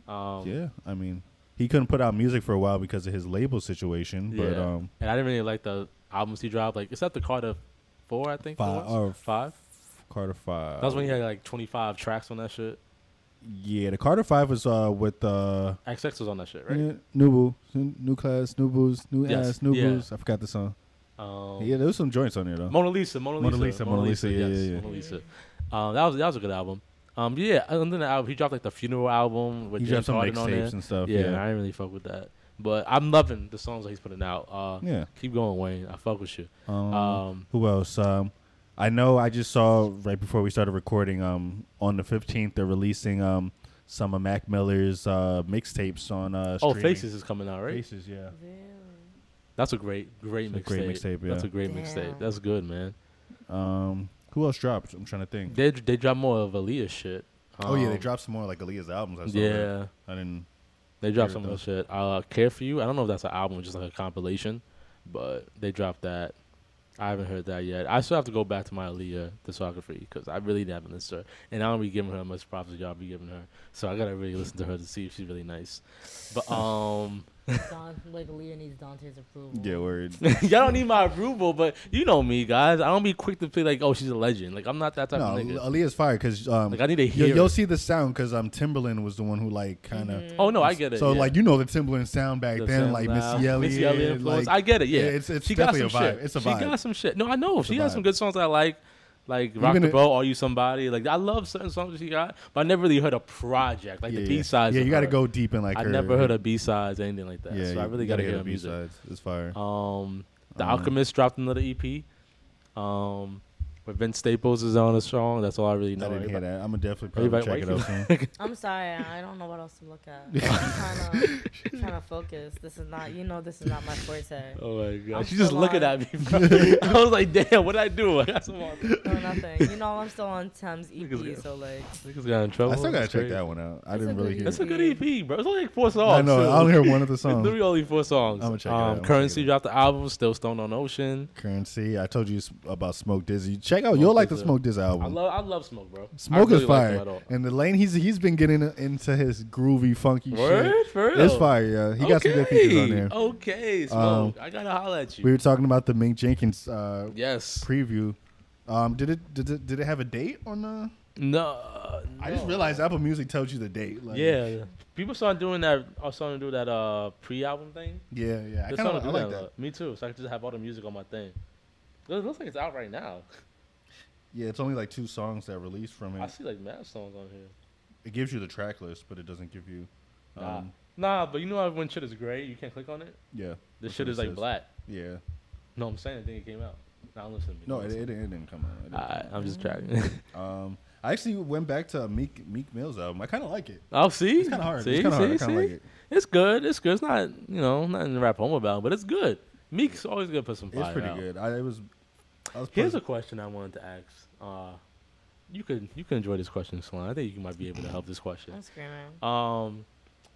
Um, Yeah, I mean, he couldn't put out music for a while because of his label situation. But yeah. um, and I didn't really like the albums he dropped. Like except the Carter Four, I think. it Five- was. or five. Carter Five. That was when he had like 25 tracks on that shit. yeah, the Carter Five was uh with uh XX was on that shit, right? yeah, Nubu, New New Class, New Booze, New Yes, Ass, New yeah. Booze. I forgot the song. Um, Yeah, there was some joints on there though. Mona Lisa, Mona Lisa, Mona Lisa, Mona Lisa, yeah, yeah, yeah. Mona Lisa. Um, that was that was a good album. Um, yeah, and then the album, he dropped like the funeral album with He James dropped some Harden on mixtapes it. and stuff, Yeah, yeah. and I didn't really fuck with that, but I'm loving the songs that he's putting out. Uh, Yeah. keep going, Wayne. I fuck with you. Um, Um, who else? Um, I know I just saw right before we started recording. Um, on the fifteenth, they're releasing um some of Mac Miller's uh mixtapes on uh. oh, streaming. Faces is coming out, right? Faces, yeah. That's a great, great It's a great mixtape. mixtape, That's yeah. a great Damn. mixtape. That's good, man. Um, who else dropped? I'm trying to think. They they dropped more of Aaliyah shit. oh yeah, they Um, dropped some more like Aaliyah's albums. I saw Yeah. that. I didn't. They dropped Hear some it, of the shit. Uh, Care for You. I don't know if that's an album, just like a compilation, but they dropped that. I haven't heard that yet. I still have to go back to my Aaliyah discography because I really haven't listened to her, and I don't be giving her much props as y'all be giving her. So I gotta really listen to her to see if she's really nice. But um, Don, like Leah needs Dante's approval. Yeah, word. y'all don't need my approval, but you know me, guys. I don't be quick to feel like, oh, she's a legend. Like I'm not that type no, uh, of nigga. Aaliyah's fire because um, Like, I need to you'll- hear You'll it. see the sound because um, Timberland was the one who like kind of. Mm-hmm. oh no, I get it. So yeah. like you know the Timberland sound back The then, Sam like Lau- Missy Elliott. Missy Elliott influence. like- I get it. Yeah, it's it's definitely a vibe. Shit. It's a she vibe. got some shit. No, I know a she has some vibe. good songs that I like, like Rock the if- Boat, Are You Somebody. Like I love certain songs that she got, but I never really heard a project like the B sides. Yeah, you got to gotta go deep in like. I her, never heard a B sides anything like that. Yeah, so I you really got to gotta hear the her music. B-sides. It's fire. Um, The Um, Alchemist dropped another EP. Um, with Vince Staples is on a song. That's all I really know. I didn't hear Everybody- that. I'm gonna definitely probably everybody check it out white soon. I'm sorry, I don't know what else to look at. I'm trying to, I'm trying to focus. This is not, you know, this is not my forte. Oh my god, I'm she's just still looking at on. me. Bro. I was like, damn, what did I do? I got some. Niggas No, nothing. You know, I'm still on Thames EP, Niggas- so like, got in trouble. I still gotta That's check crazy. that one out. I It's didn't a really good hear. That's it. a good EP, bro. It's only like four songs. I know. too. I only heard one of the It's songs. literally only four songs. I'ma check it um, out. I'ma check Currency it out. dropped the album. Still Stone on Ocean. Currency. I told you s- about Smoke Dizzy. Check out. Smoke You'll like the Dizzy. Smoke Dizzy I album. love I love Smoke, bro. Smoke I really is like him fire, at all. and the lane he's he's been getting in- into his groovy, funky Word? shit. For real? It's fire, yeah. He got some good features on Okay, Oh, there. Okay, Smoke. I gotta holler at you. We were talking about the Mink Jenkins uh, yes. preview. Um, did it did it did it have a date on the? no, I just no. realized Apple Music tells you the date. Like, Yeah, people started doing that. Are starting to do that uh pre-album thing. yeah, yeah. I They're kind starting of to do like that a that. lot. Me too. So I can just have all the music on my thing. It looks like it's out right now. Yeah, it's only like two songs that released from I it. see like mad songs on here. It gives you the track list, but it doesn't give you. Nah, Um, nah, but you know how when shit is gray, you can't click on it. yeah, The that's shit what is like says. black. Yeah, No, I'm saying I think it came out. Now listen to me. no, it, it, it didn't come out. It didn't. Alright, I'm just tracking. Um, I actually went back to Meek Meek Mill's album. I kind of like it. oh, see, it's kinda hard. It's See, kinda hard. I see, kinda see? like it. It's good. It's good. It's not you know nothing to rap home about, but it's good. Meek's always gonna put some fire It's pretty out. good. I it was. I was Here's a pleasant- question I wanted to ask. Uh, you could you can enjoy this question, Sloan. I think you might be able to help this question. I'm screaming. Um,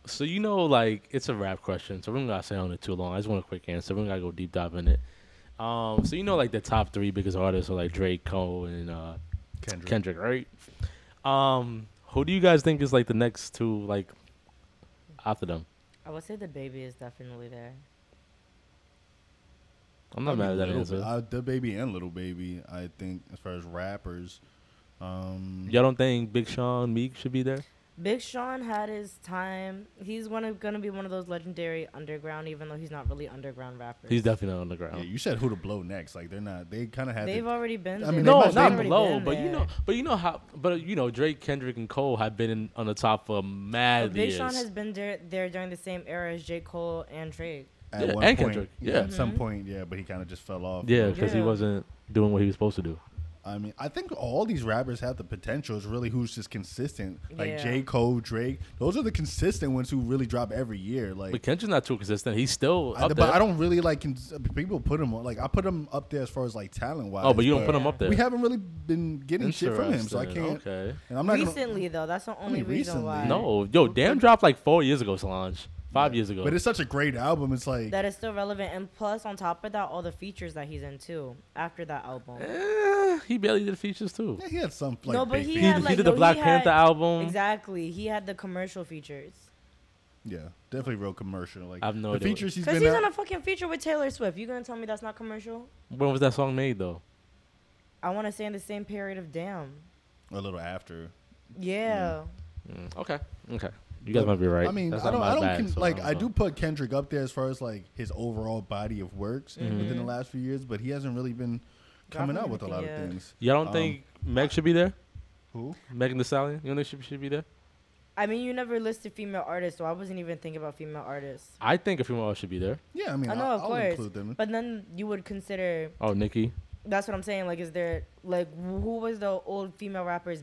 so you know, like it's a rap question, so we're not gonna stay on it too long. I just want a quick answer. We're gonna go deep dive in it. Um, so you know, like the top three biggest artists are like Drake, Cole, and uh, Kendrick. Kendrick, right? Um, who do you guys think is like the next two, like after them? I would say the baby is definitely there. I'm not mad at that Lil- answer. uh, the baby and little baby. I think as far as rappers, um, Y'all don't think Big Sean, Meek should be there? Big Sean had his time. He's one of gonna be one of those legendary underground, even though he's not really underground rappers. He's definitely on the ground. yeah, you said who to blow next. Like they're not. They kind of had. They've the, already been. I there. mean, they no, must- They've not already low, been but you there. know, but you know how, but you know, Drake, Kendrick, and Cole have been in, on the top for mad But Big years. Sean has been there, there during the same era as J. Cole and Drake. at Yeah, one and point, Kendrick, yeah, yeah. at some point, yeah, but he kind of just fell off. yeah, because he Yeah. wasn't doing what he was supposed to do. I mean, I think all these rappers have the potential. It's really who's just consistent. Like Yeah. J. Cole, Drake. Those are the consistent ones who really drop every year. Like But Kendrick's not too consistent. He's still I, up but there. I don't really like cons- people put him on. Like I put him up there as far as like talent wise. Oh, but you don't put him up there. We haven't really been getting shit from him, so I Interesting. can't. Okay. And I'm not gonna, recently though, that's the only mean, reason recently. why. No, yo, damn dropped like four years ago, Solange. Five years ago. but it's such a great album. It's like That is still relevant, and plus on top of that, all the features that he's in too after that album. Eh, he barely did features too. yeah, he had some like no, but big he feat- He- had he like did the no, Black had- Panther album. Exactly, he had the commercial features. yeah, definitely real commercial. Like I have no the idea what- features he's Cause been. he's out- on a fucking feature with Taylor Swift. You gonna tell me that's not commercial? When was that song made though? I want to say in the same period of Damn. a little after. Yeah. Mm, Okay, okay. You guys might be right. I mean, That's I not don't, my I don't, bag, con- so like, don't I know. do put Kendrick up there as far as like his overall body of works Mm-hmm. within the last few years, but he hasn't really been coming out Dropping with a lot of anything yet. things. Y'all don't um, think Meg should be there? Who? Megan Thee Stallion? You don't think she should be there? I mean, you never listed female artists, so I wasn't even thinking about female artists. I think a female artist should be there. Yeah, I mean, I know, I'll, of I'll course, include them. but then you would consider. Oh, Nicki. That's what I'm saying. Like, is there like who was the old female rappers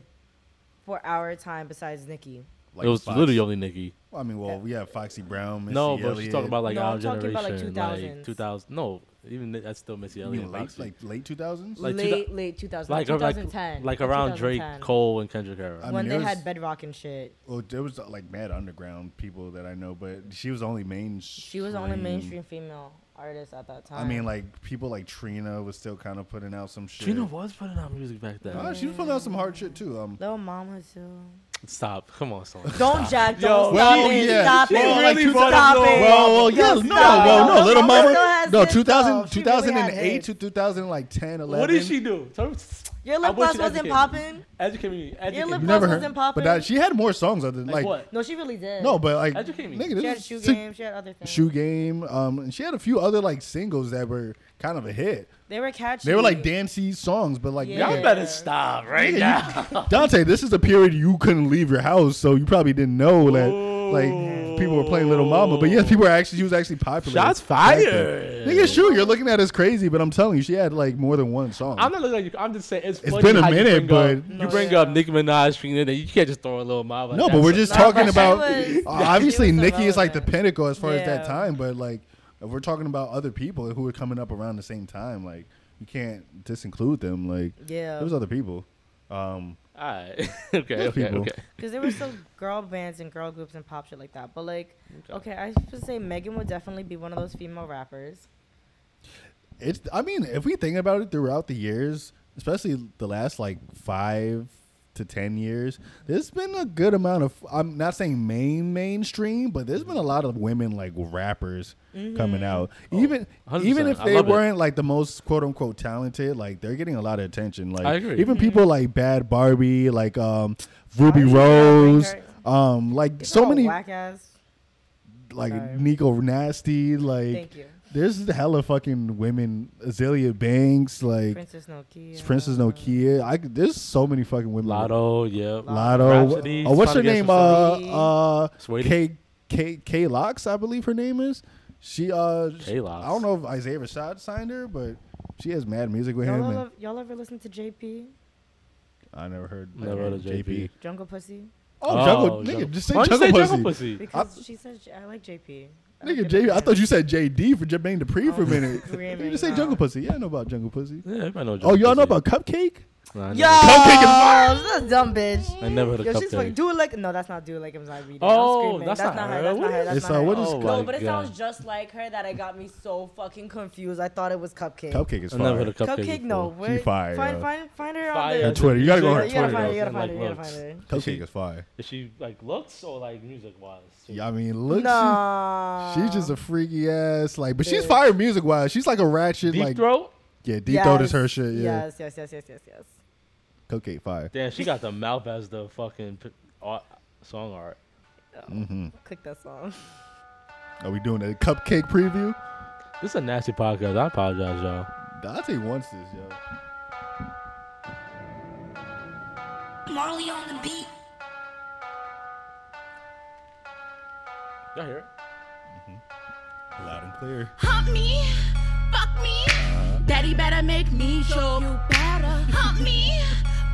for our time besides Nicki? Like it was Fox- literally only Nicki. I mean, well, we have Foxy Brown. Missy No, but Elliott. she's talking about like No, our I'm talking generation, about, like, like 2000s. 2000. No, even th- that's still Missy You Elliott. mean and late, Foxy. like late two thousands. Like late, late 2000, like, ar- 2010. like, like around Drake, 2010. Cole, and Kendrick era. I when mean, they it was- had Bedrock and shit. Well, there was like mad underground people that I know, but she was the only mainstream. She was the only mainstream female artist at that I time. mean, like people like Trina was still kind of putting out some shit. Trina was putting out music back then. Nah, she was putting out some hard shit too. Um, Little Mama too. Stop! Come on, Solange. Don't jack. Yo, Don't well, stop it. yeah. Stop Well, it. like really brought stop up Lil it. Mama. Well, well, yeah, no, stop. well, no, Yo, little Mama mama. still has No, hits, though. 2000, She really had 2008 hits. to 2010, 11. What did she do? Tell me. Your I lip want gloss you to wasn't educate me. popping. Educate me. Educate lip me. gloss- Never wasn't heard. popping? But that, she had more songs other than Like, like, what? No, she really did. no, but like Educate me. Nigga, she had this shoe is game. She had other things. shoe game. Um, and she had a few other like singles that were kind of a hit. They were catchy. They were like dancey songs, but like Yeah. Y'all better stop right now. Yeah, you- Dante, this is the period you couldn't leave your house, so you probably didn't know that like people were playing Little Mama. But yeah, people were actually she was actually popular. Shots back then. fired. Nigga, sure, you're looking at us crazy, but I'm telling you, she had like more than one song. I'm not looking at you. I'm just saying it's. It's funny been a how you minute, bring up- but- you bring up Nicki Minaj, Trina, and you can't just throw a little mob. like no, that. but we're So- just No, talking but she about uh, was- she obviously was Nikki is like the irrelevant. pinnacle as far as that Yeah. time, but like if we're talking about other people who were coming up around the same time, like you can't disinclude them. Like Yeah. there was other people. Um, All right. okay. Those Okay. people. Okay. Because there were still girl bands and girl groups and pop shit like that. But like, okay, I should say Megan would definitely be one of those female rappers. It's. I mean, if we think about it throughout the years, especially the last like five to ten years, there's been a good amount of. I'm not saying main mainstream, but there's been a lot of women like rappers Mm-hmm. coming out. Even 100%. even if Oh, I they love it. weren't like the most quote unquote talented, like they're getting a lot of attention. Like I agree. Mm-hmm. Even people like Bad Barbie, like um, Ruby Why would you not bring Rose. her- Um, like so many, Whack ass. like Sorry. Nico Nasty, like Thank you. there's hella fucking women, Azalea Banks, like Princess Nokia. Princess Nokia. I could- there's so many fucking women. Lotto. Oh, Yeah. Lotto. Rhapsody, Oh, what's her trying to name? get some Uh, uh, Sweetie. K K K Locks, I believe her name is. She uh, sh- K-Lox. I don't know if Isaiah Rashad signed her, but she has mad music with him. Y'all, and ever, y'all ever listen to JP? I never heard. Never heard of JP. Jungle Pussy? Oh, Jungle, nigga, Jungle- just say Why don't you Jungle Pussy. Pussy? Because she says J- I like JP. like Nigga, it JP. I again. thought you said JD for Jermaine Dupri for a I'm minute. screaming You just say now. Jungle Pussy. Yeah, I know about Jungle Pussy. Yeah, everybody know Oh, Jungle y'all know Pussy. about Cupcake? Nah, I Yo, never- that's a dumb bitch. I never heard of Yo, she's fucking Cupcake. do it like no, that's not do it like I'm not reading. Oh, I'm screaming. that's not her. That's What not her. is- That's It's, not uh, her. what is Oh no, my but it God. sounds just like her that I got me so fucking confused. I thought it was Cupcake. Cupcake is I never heard fire. of Cupcake. Cupcake, no. before. She Where, fire, Find, yo. find, find her Fire. Her on That's the. Twitter. You gotta go on Yeah, her You gotta Twitter. find her. though, You gotta and, like, find her. You gotta looks. find her. Cupcake is fire. Is she like looks or like music wise? Yeah, I mean, look, she- Nah. she's just a freaky ass. Like, but she's Bitch. fire music wise. She's like a ratchet. Deep like, throat. yeah, deep Yes, throat is her shit. Yeah, Yes, yes, yes, yes, yes, yes. Cupcake fire. Damn, she got the mouth as the fucking p- art, song art. Click that song. Are we doing a cupcake preview? This is a nasty podcast. I apologize, y'all. Dante wants this, yo. Marley on the beat. Y'all hear it? Loud and clear. Hump me, fuck me. That Daddy better make me show you better. Hump me,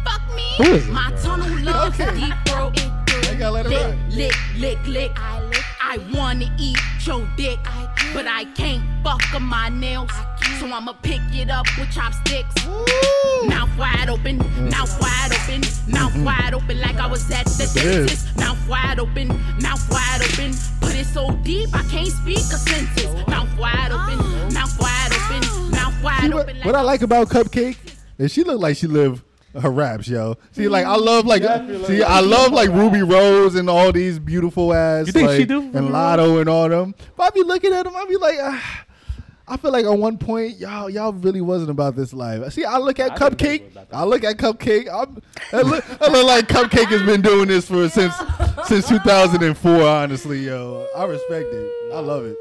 fuck me. Who is this My girl? tunnel loves Okay. deep throat. It good. I gotta let it lick, ride. lick, lick, lick. I lick. I wanna eat your dick, but I can't fuck on my nails. So I'ma pick it up with chopsticks. Mouth wide open, mouth wide open, mouth Mm-hmm. wide open like I was at the Yes. dentist. Mouth wide open, mouth wide open. Put it so deep I can't speak a sentence. Mouth wide open, mouth wide open, mouth See, wide what, open. what I like about Cupcake is she look like she live her raps, yo. See, like I love like see, I love like Ruby Rose and all these beautiful ass. You think like, she do, Ruby And Lotto and all them. But I be looking at them, I be like. ah, I feel like at one point y'all y'all really wasn't about this life. See, I look at didn't think Cupcake. it was about that. I look at Cupcake. I'm, I, look, I look like Cupcake has been doing this for since since 2004. Honestly, yo, I respect it. I love it.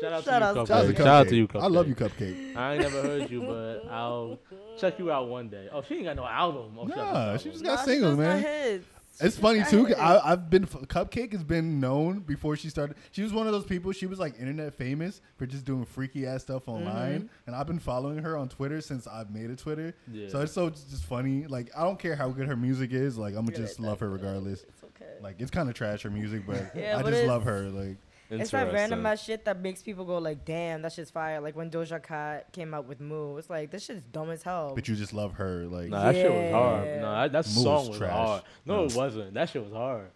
Shout out Shout to you, out to Cupcake. Shout out to, Shout out to you, Cupcake. I love Cupcake. you, Cupcake. I ain't never heard you, but I'll check you out one day. Oh, she ain't got no album. Oh, shut up. Nah, she just Nah, got she singles, just got man. hits. She It's just funny got too. hits. 'cause I, I've been Cupcake has been known before she started. She was one of those people. She was like internet famous for just doing freaky ass stuff Mm-hmm. online, and I've been following her on Twitter since I've made a Twitter. Yeah. So it's so it's just funny. Like I don't care how good her music is. Like I'm gonna just love her regardless. It's okay. Like it's kind of trash her music, but Yeah, I but just it's- love her. Like It's that random Interesting. ass shit that makes people go like, "Damn, that shit's fire!" Like when Doja Cat came out with "Move," it's like this shit's dumb as hell. but you just love her. Like Nah, that shit was hard. Yeah. Nah, that, that Move song was was trash. hard. No, No. it wasn't. That shit was hard.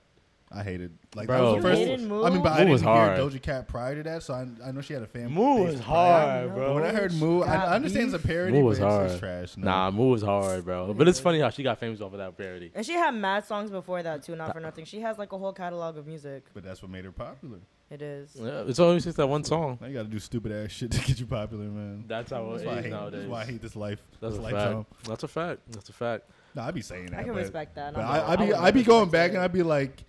I hated. Like that Bro. was the You first. hated Move? I mean, but I Move didn't was hard. hear Doja Cat prior to that, so I, I know she had a fan. Move base was prior. hard, bro. But when I heard Moo, I, Got I understand it's a beef. parody, Move was but hard. it's, it's trash. No. Nah, Move was hard, bro. But it's funny how she got famous off of that parody. and she had mad songs before that too. Not for nothing, she has like a whole catalog of music. But that's what made her popular. It is. Yeah, it's only since that one song. Now you got to do stupid ass shit to get you popular, man. That's how That's it why, I is hate, nowadays. that's why I hate this life. That's this a lifetime. fact. That's a fact. That's a fact. No, I be saying that. I can but- respect that. But I'm I, not- I be would I, be never going respect back it. and I be like,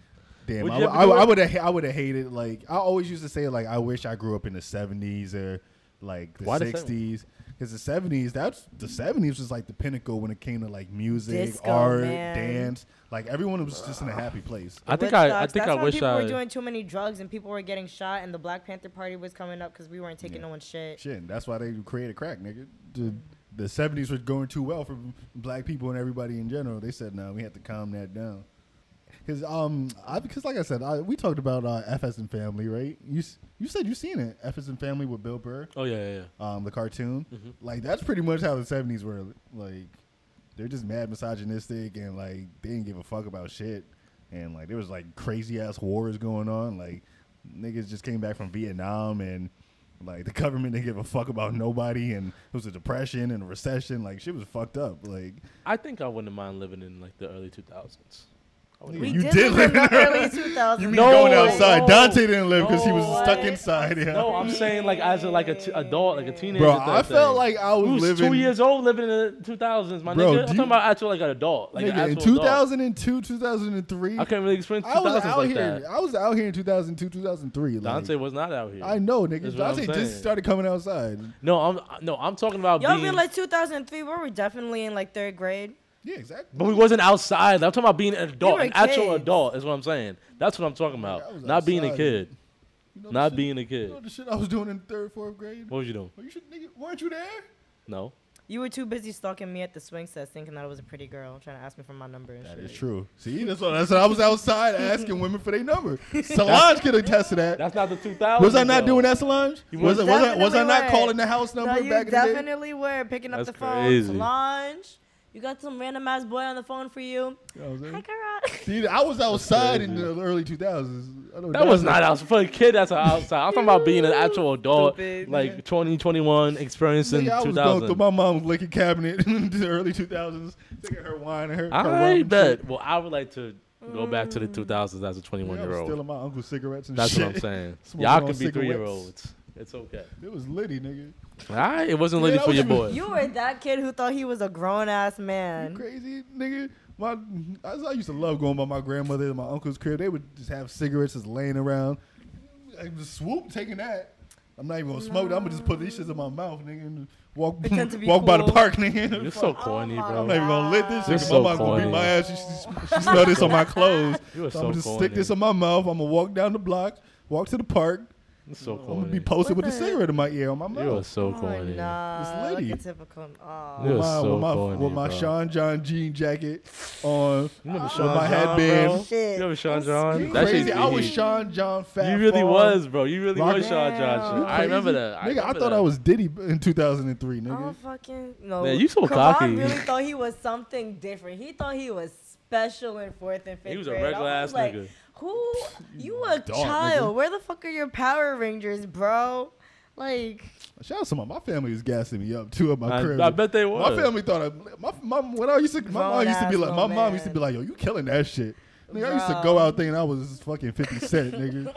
damn, Would I, you would- ever do I, it? would have I would have hated like I always used to say like I wish I grew up in the seventies or like the Why the sixties because the seventies that's the seventies was like the pinnacle when it came to like music, Disco, art, man. dance. Like everyone was just in a happy place. I think Red I, I Sox, think that's I when wish people I. were doing too many drugs and people were getting shot and the Black Panther Party was coming up because we weren't taking no one's shit. Shit, and that's why they created crack, nigga. The, the 70s was going too well for black people and everybody in general. They said, no, we have to calm that down. Because, um, I, because like I said, I, we talked about uh, FS and Family, right? You s- you said you seen it, FS and Family with Bill Burr, oh yeah, yeah, yeah. um, the cartoon. Mm-hmm. Like, that's pretty much how the 70s were. Like, they're just mad misogynistic and, like, they didn't give a fuck about shit. And, like, there was, like, crazy ass wars going on. Like, niggas just came back from Vietnam and like the government didn't give a fuck about nobody, and it was a depression and a recession. Like shit was fucked up. Like I think I wouldn't mind living in like the early 2000s. I wouldn't We mind. You did, did live in live the in- early 2000s. you mean No, going outside? no, Dante didn't live because he was no. stuck inside. Yeah. No, I'm saying like as a, like a t- adult, like a teenager. bro, type I felt thing. like I was, We was living. two years old living in the 2000s, my Bro, do nigga. I'm you- talking about actual like an adult, like an nigga, in actual adult. 2002, 2003, I can't really explain 2000s I was out like here. that. I was out here in 2002, 2003. Like, Dante was not out here. I know, nigga. That's what I'm Dante saying. just started coming outside. No, I'm no, I'm talking about Y'all being. realize 2003, we were definitely in like third grade. Yeah, exactly. but we wasn't outside. I'm talking about being an adult, were an actual kids. adult. Is what I'm saying. That's what I'm talking I about. was Not being a outside. kid. You know the Not shit- being a You kid. know the shit I was doing in third, fourth grade. What was you doing? Oh, you should, nigga, weren't you there? No. You were too busy stalking me at the swing set, thinking that I was a pretty girl, trying to ask me for my number and That shit. is true. See, that's what I said. I was outside asking women for their number. Solange could attest to that. That's not the 2000s. Was I not though. doing that, Solange? Was, I- was I, was I not Definitely calling the house number No, you back in the day? definitely were picking up That's the phone. crazy. Solange, you got some random ass boy on the phone for you. You know what I'm Hi, saying? girl. See, I was outside in the early 2000s. I know That was not outside. For a kid, that's not outside. I'm talking about being an actual adult, Stupid. like 20, 21, experiencing Nigga, I was going 2000. through my mom's liquor cabinet in the early 2000s, taking her wine and her. her rum I and bet. shit. Well, I would like to go back Mm. to the 2000s as a 21 Yeah, I year was old. stealing my uncle's cigarettes and That's shit. what I'm saying. Smoking Y'all on can be cigarettes. three year olds. It's okay. It was litty, nigga. All right, it wasn't really that for was your me. boy. you were that kid who thought he was a grown ass Hmm? You man. crazy nigga. My, I, I used to love going by my grandmother and my uncle's crib. They would just have cigarettes just laying around. I just swoop, taking that. I'm not even gonna smoke. it. I'm gonna just put these shits in my mouth, nigga, and walk Pretend to be walk by the cool. park, nigga. You're so corny, I'm not bro. even gonna let this. You're nigga. so my mom gonna beat corny. my ass. She, she, she smelled this on my clothes. You are I'm so gonna just corny. stick this in my mouth. I'm gonna walk down the block, walk to the park, It's so I'm corny. gonna be posted What with a the- cigarette in my ear on my mouth. You are so Oh, corny. nah, This lady. Look at typical. oh. Aw. You with are my, so with my, corny, with my bro. Sean John jean jacket on, Remember with Sean my John, headband. bro? You Shit. remember Sean That's John? You That shit crazy. be I was heat. Sean John Fat. You really Farm. was, bro. You really Rock- was Sean Damn. Johnson. You I remember Crazy. that. I nigga, I remember thought that. I was Diddy in 2003, Oh nigga. fucking no! Man, you so Karan cocky. really thought he was something different. He thought he was special in fourth and fifth. was a grade. I regular-ass was like, nigga. Who? You a dog, child? nigga. Where the fuck are your Power Rangers, bro? Like, Shout out to my, my family was gassing me up too at my crib. I, I bet they were. My family thought I, my mom when I used to my mom used to be Grown-ass like my little mom used to man. be like yo you killing that shit. Nigga, I used to go Bro. out thinking I was fucking fifty cent nigga.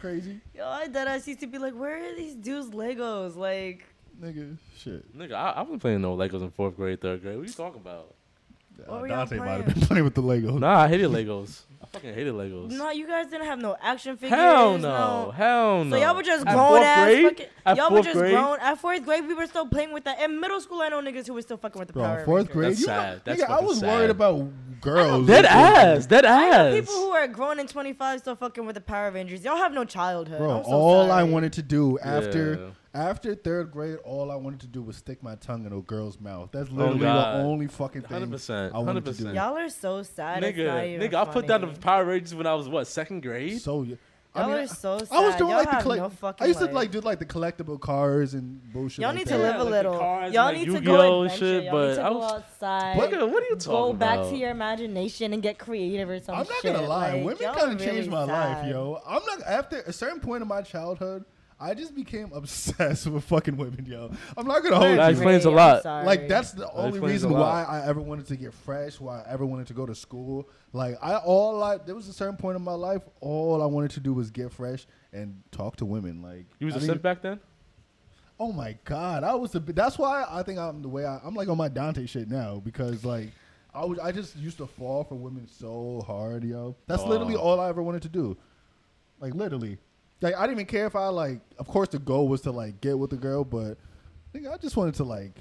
Crazy yo, I deadass used to be like, where are these dudes' Legos? Like, nigga shit. Nigga, I, I wasn't playing no Legos in fourth grade, third grade. What are you talking about? What Uh, were y'all Dante might have playing? been playing with the Lego. Nah, I hated Legos. I fucking hated Legos. no, you guys didn't have no action figures. Hell no. no. Hell no. So y'all were just At grown fourth ass. grade? Fucking, At y'all were fourth just grade? grown. At fourth grade, we were still playing with that. In middle school, I know niggas who were still fucking with the Bro, Power fourth Rangers. grade. That's you sad. That's nigga, I fucking was sad. worried about girls. Dead nigga. ass. Dead I know ass. people who are grown and 25 still fucking with the Power Rangers. Y'all have no childhood. Bro, I'm so all I sorry. wanted to do after after third grade, all I wanted to do was stick my tongue in a girl's mouth. That's Oh, literally the God. only fucking thing 100%, I wanted to do. 100%. Y'all are so sad. it's not nigga, even nigga, I put down funny. the Power Rangers when I was what second grade. So yeah. Y'all are so sad. I was doing Y'all like the have collect. no fucking I used to life. like do like the collectible cars and bullshit. Y'all like need that. to live a Yeah, like the little. cars and, y'all like, need to Yu-Gi-Oh! go and adventure. shit, y'all but need to I go was- outside. Nigga, what are you Go talking back about? to your imagination and get creative or something. I'm not gonna lie, women kind of changed my life, yo. I'm not after a certain point in my childhood, I just became obsessed with fucking women, yo. I'm not gonna hold That you. explains a I'm lot. sorry. Like that's the only explains reason a why lot. I ever wanted to get fresh, why I ever wanted to go to school. Like I all I there was a certain point in my life, all I wanted to do was get fresh and talk to women. Like You was I a didn't- simp back then. Oh my god, I was the. That's why I think I'm the way I, I'm like on my Dante shit now because like I was I just used to fall for women so hard, yo. That's Oh. literally all I ever wanted to do, like literally. Like I didn't even care if I like. Of course, the goal was to like get with the girl, but nigga, I just wanted to like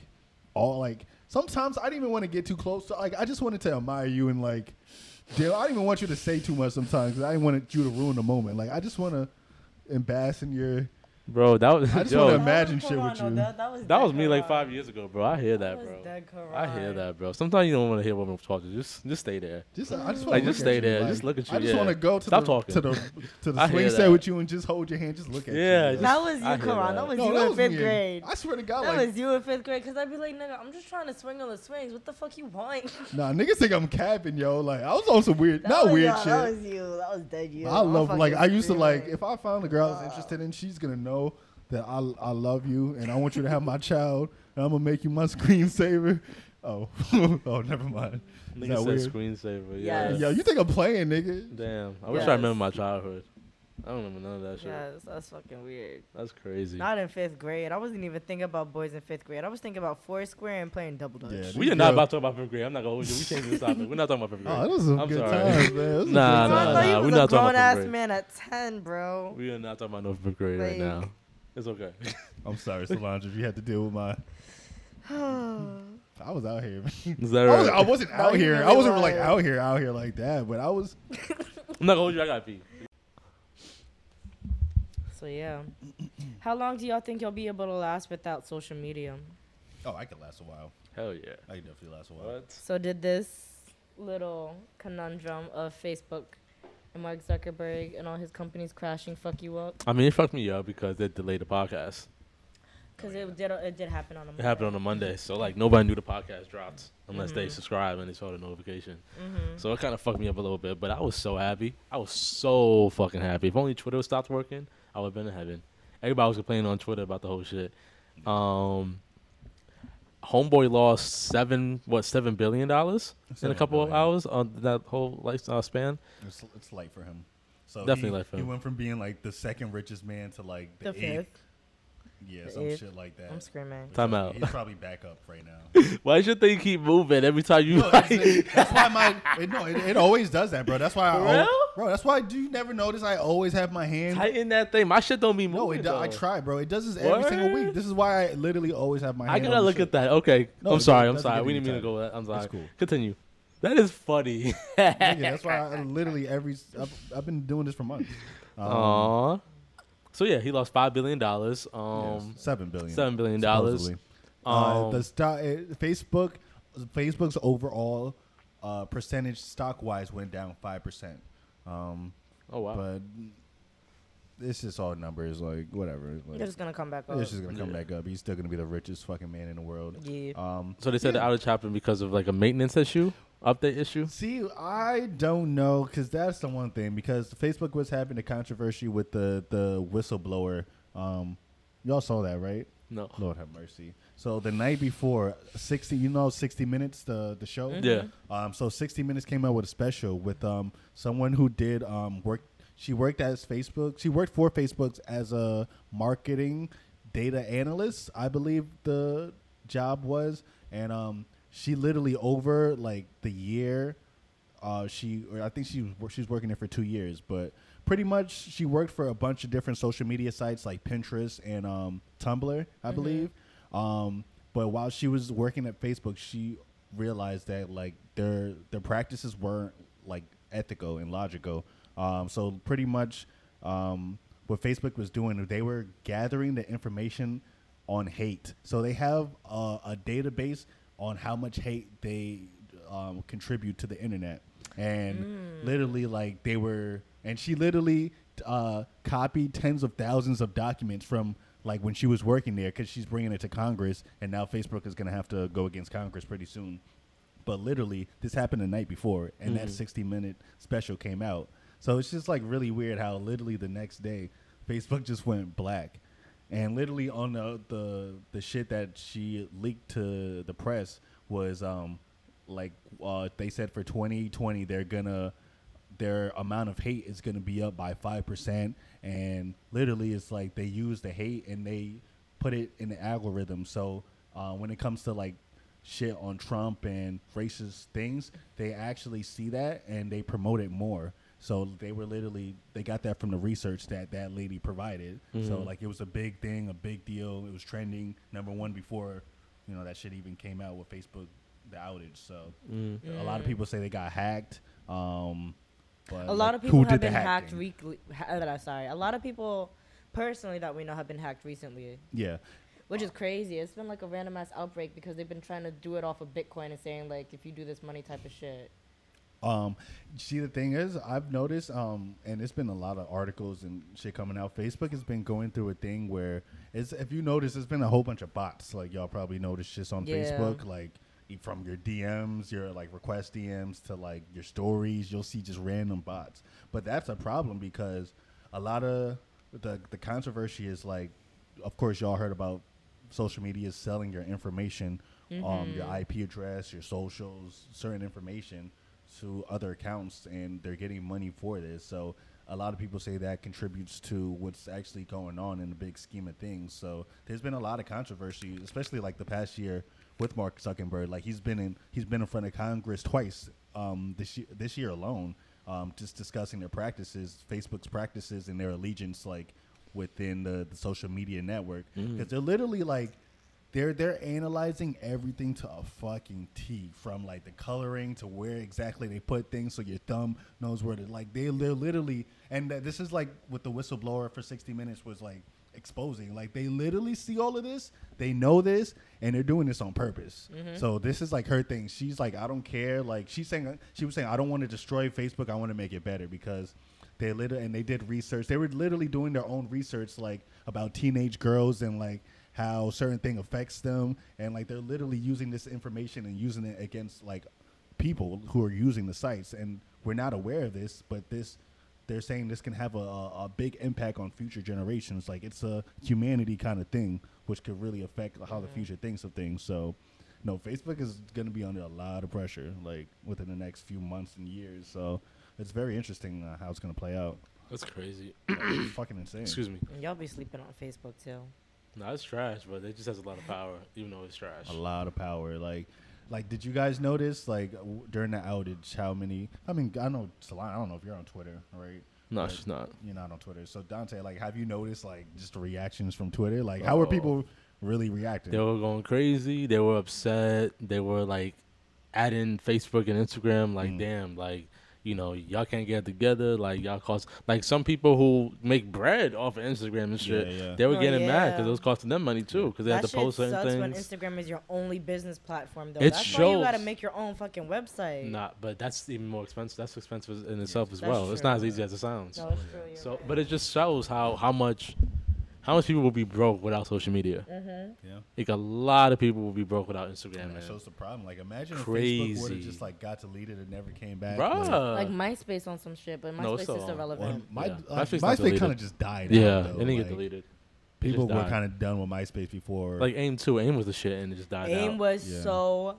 all like. Sometimes I didn't even want to get too close. To, like I just wanted to admire you and like. Deal. I didn't even want you to say too much sometimes 'cause I didn't want you to ruin the moment. Like I just want to embarrass in your. Bro, that was I just yo, wanna- imagine shit with you. That, that was, that dead was me like Karan. five years ago, bro. I hear That that, was bro. dead I hear Karan. that, bro. Sometimes you don't want to hear women talk. Just, just stay there. Just, Mm. I just want Like, just stay there. Just look at you, I just yeah. want to go to Stop the talking. to the to I the hear swing that. set with you and just hold your hand. Just look at Yeah, you. just- That was you, I hear Karan. That that. was you in fifth me. grade. I swear to God, That like was you in fifth grade, cause I'd be like, nigga, I'm just trying to swing on the swings. What the fuck you want? nah, niggas think I'm capping, yo. Like I was on some weird, That not was- weird nah, shit. That was you. That was dead you. I I'm love like fucking I used to like screaming. if I found a girl I was interested in, she's gonna know that I I love you and I want you to have my child and I'm gonna make you my screensaver. Oh, oh, never mind. Is that Nigga weird? said screensaver. Yeah. Yes. Yo, you think I'm playing, nigga? Damn. I wish Yes. I remember my childhood. I don't remember none of that shit. Yes, that's fucking weird. That's crazy. Not in fifth grade. I wasn't even thinking about boys in fifth grade. I was thinking about Foursquare and playing double dutch. Yeah. we are not Yo. about to talk about fifth grade. I'm not gonna hold you. We changed this topic. We're not talking about fifth grade. Oh, that was some I'm good sorry. times, man. That was some Nah, good nah, I times. thought nah, you we're was not a talking about grown ass fifth grade. man at ten, bro. We are not talking about no fifth grade Like- right now. It's okay. I'm sorry, Solange, if you had to deal with my. I was out here. Is that I, was, right? I wasn't out you here. I really wasn't like was. out here, out here like that. But I was. I'm not gonna hold you. I gotta pee. So yeah. How long do y'all think you'll be able to last without social media? Oh, I could last a while. Hell yeah. I could definitely last a What? So did this little conundrum of Facebook and Mark Zuckerberg and all his companies crashing fuck you up? I mean, it fucked me up because it delayed the podcast. Because it did it did happen on a It happened on a Monday, so like nobody knew the podcast dropped unless they subscribe and they saw the notification. So it kind of fucked me up a little bit, but I was so happy. I was so fucking happy. If only Twitter stopped working, I would have been in heaven. Everybody was complaining on Twitter about the whole shit. Um, Homeboy lost seven what seven billion dollars in a Seven couple of billion. hours on that whole lifestyle span. It's, it's light for him. So Definitely light for him. went from being like the second richest man to like The fifth. Yeah, The eighth. like that. I'm screaming. Time out. probably back up right now. Why should they keep moving every time you? No, that's, it. That's why my it, no, it, it always does that, bro. That's why I For al- real? bro. That's why do you never notice I always have my hand Tighten that thing. My shit don't be moving. No, it do- I though. try, bro. It does this every single Word? week. This is why I literally always have my. I hand gotta on the look shit. at that. Okay, No, I'm it sorry. I'm doesn't sorry. give We you didn't mean to time. go. with that. I'm sorry. cool. Continue. That is funny. Nigga, that's why I literally every. I've, I've been doing this for months. Um, Aww. So yeah, he lost five billion dollars. Um, Yes, seven billion, Seven billion dollars. supposedly. Uh, Um, the stock, eh, Facebook, Facebook's overall uh, percentage stock wise went down five percent. Um, oh wow! But it's just all numbers, like whatever. Like, They're just gonna come back up. It's just gonna come Yeah. back up. He's still gonna be the richest fucking man in the world. Yeah. Um, so they said the outage happened because of like a maintenance issue, update issue. See, I don't know because that's the one thing. Because Facebook was having a controversy with the the whistleblower. Um, y'all saw that, right? No. Lord have mercy. So the night before, sixty, you know, sixty minutes, the the show. Yeah. Um, so sixty minutes came out with a special with um someone who did um work. She worked as Facebook. She worked for Facebook as a marketing data analyst, I believe the job was, and um she literally over like the year uh, she or I think she was wor- she's working there for two years, but pretty much she worked for a bunch of different social media sites like Pinterest and um, Tumblr, I believe. Um, but while she was working at Facebook, she realized that like their their practices weren't like ethical and logical. Um, so pretty much um, what Facebook was doing, they were gathering the information on hate. So they have a, a database on how much hate they um, contribute to the internet, and literally like they were, and she literally uh, copied tens of thousands of documents from like when she was working there because she's bringing it to Congress, and now Facebook is going to have to go against Congress pretty soon. But literally, this happened the night before, and that 60 minute special came out. So it's just like really weird how literally the next day, Facebook just went black. And literally on the the, the shit that she leaked to the press was um like uh, they said for 2020 they're gonna their amount of hate is gonna be up by five percent, and literally it's like they use the hate and they put it in the algorithm. So uh, when it comes to like shit on Trump and racist things, they actually see that and they promote it more. So they were literally they got that from the research that that lady provided. So like it was a big thing, a big deal. It was trending number one before you know that shit even came out with Facebook the outage. So a lot of people say they got hacked. Um, but a lot like, of people who have did the been hacked hacking? weekly. Ha- uh, sorry, a lot of people personally that we know have been hacked recently, yeah, which is crazy. It's been like a randomized outbreak because they've been trying to do it off of Bitcoin and saying like, if you do this money type of shit, Um, see, the thing is, I've noticed, um, and it's been a lot of articles and shit coming out. Facebook has been going through a thing where it's if you notice, there's been a whole bunch of bots. Like y'all probably noticed just on Yeah. Facebook, like e- from your DMs, your like request DMs to like your stories, you'll see just random bots. But that's a problem because a lot of the the controversy is like, of course, y'all heard about social media selling your information, um, your IP address, your socials, certain information to other accounts, and they're getting money for this. So a lot of people say that contributes to what's actually going on in the big scheme of things. So there's been a lot of controversy, especially like the past year with Mark Zuckerberg. Like he's been in he's been in front of Congress twice um, this year, this year alone, um, just discussing their practices, Facebook's practices, and their allegiance like within the, the social media network because they're literally like they're they're analyzing everything to a fucking T, from like the coloring to where exactly they put things, so your thumb knows where to like they they're literally and th- this is like what the whistleblower for 60 Minutes was like exposing. Like they literally see all of this, they know this, and they're doing this on purpose. So this is like her thing. She's like, I don't care. Like she's saying she was saying, I don't want to destroy Facebook. I want to make it better because they literally and they did research. They were literally doing their own research, like about teenage girls and like how certain thing affects them, and like they're literally using this information and using it against like people who are using the sites, and we're not aware of this, but this they're saying this can have a, a, a big impact on future generations. Like it's a humanity kind of thing, which could really affect how the future thinks of things. So. No, Facebook is going to be under a lot of pressure, like within the next few months and years. So it's very interesting uh, how it's going to play out. That's crazy. It's fucking insane. Excuse me. and y'all be sleeping on Facebook too. No, it's trash, but it just has a lot of power, even though it's trash. A lot of power. Like, like did you guys notice like w- during the outage how many? I mean, I know Solana. I don't know if you're on Twitter, right? No, But she's not. You're not on Twitter. So Dante, like, have you noticed like just the reactions from Twitter? Like, how Oh. are people really reacting? They were going crazy. They Mm. were upset. They were like adding Facebook and Instagram. Like, damn, like you know, y'all can't get together. Like y'all cost like some people who make bread off of Instagram and shit. Yeah, yeah. They were Oh, getting mad yeah. because it was costing them money too because they that had to shit post certain sucks things. when Instagram is your only business platform, though. It That's why you shows. gotta make your own fucking website. Not, but that's even more expensive. That's expensive in itself as That's well. It's true. not as easy as it sounds. No, it's true, you're So, but it just shows how how much how much people will be broke without social media. Mhm. Mm-hmm. Yeah. Like a lot of people will be broke without Instagram. That man. shows the problem. Like, imagine if Facebook would Crazy. have just like got deleted and never came back. Bruh. like MySpace on some shit, but MySpace uh, No, it's is still still on. relevant. And my Yeah. like, MySpace MySpace got kind deleted. of just died. Yeah, out, though. it didn't get Like, deleted. It People just were died. kind of done with MySpace before. like AIM too. AIM was the shit, and it just died AIM out. was Yeah. so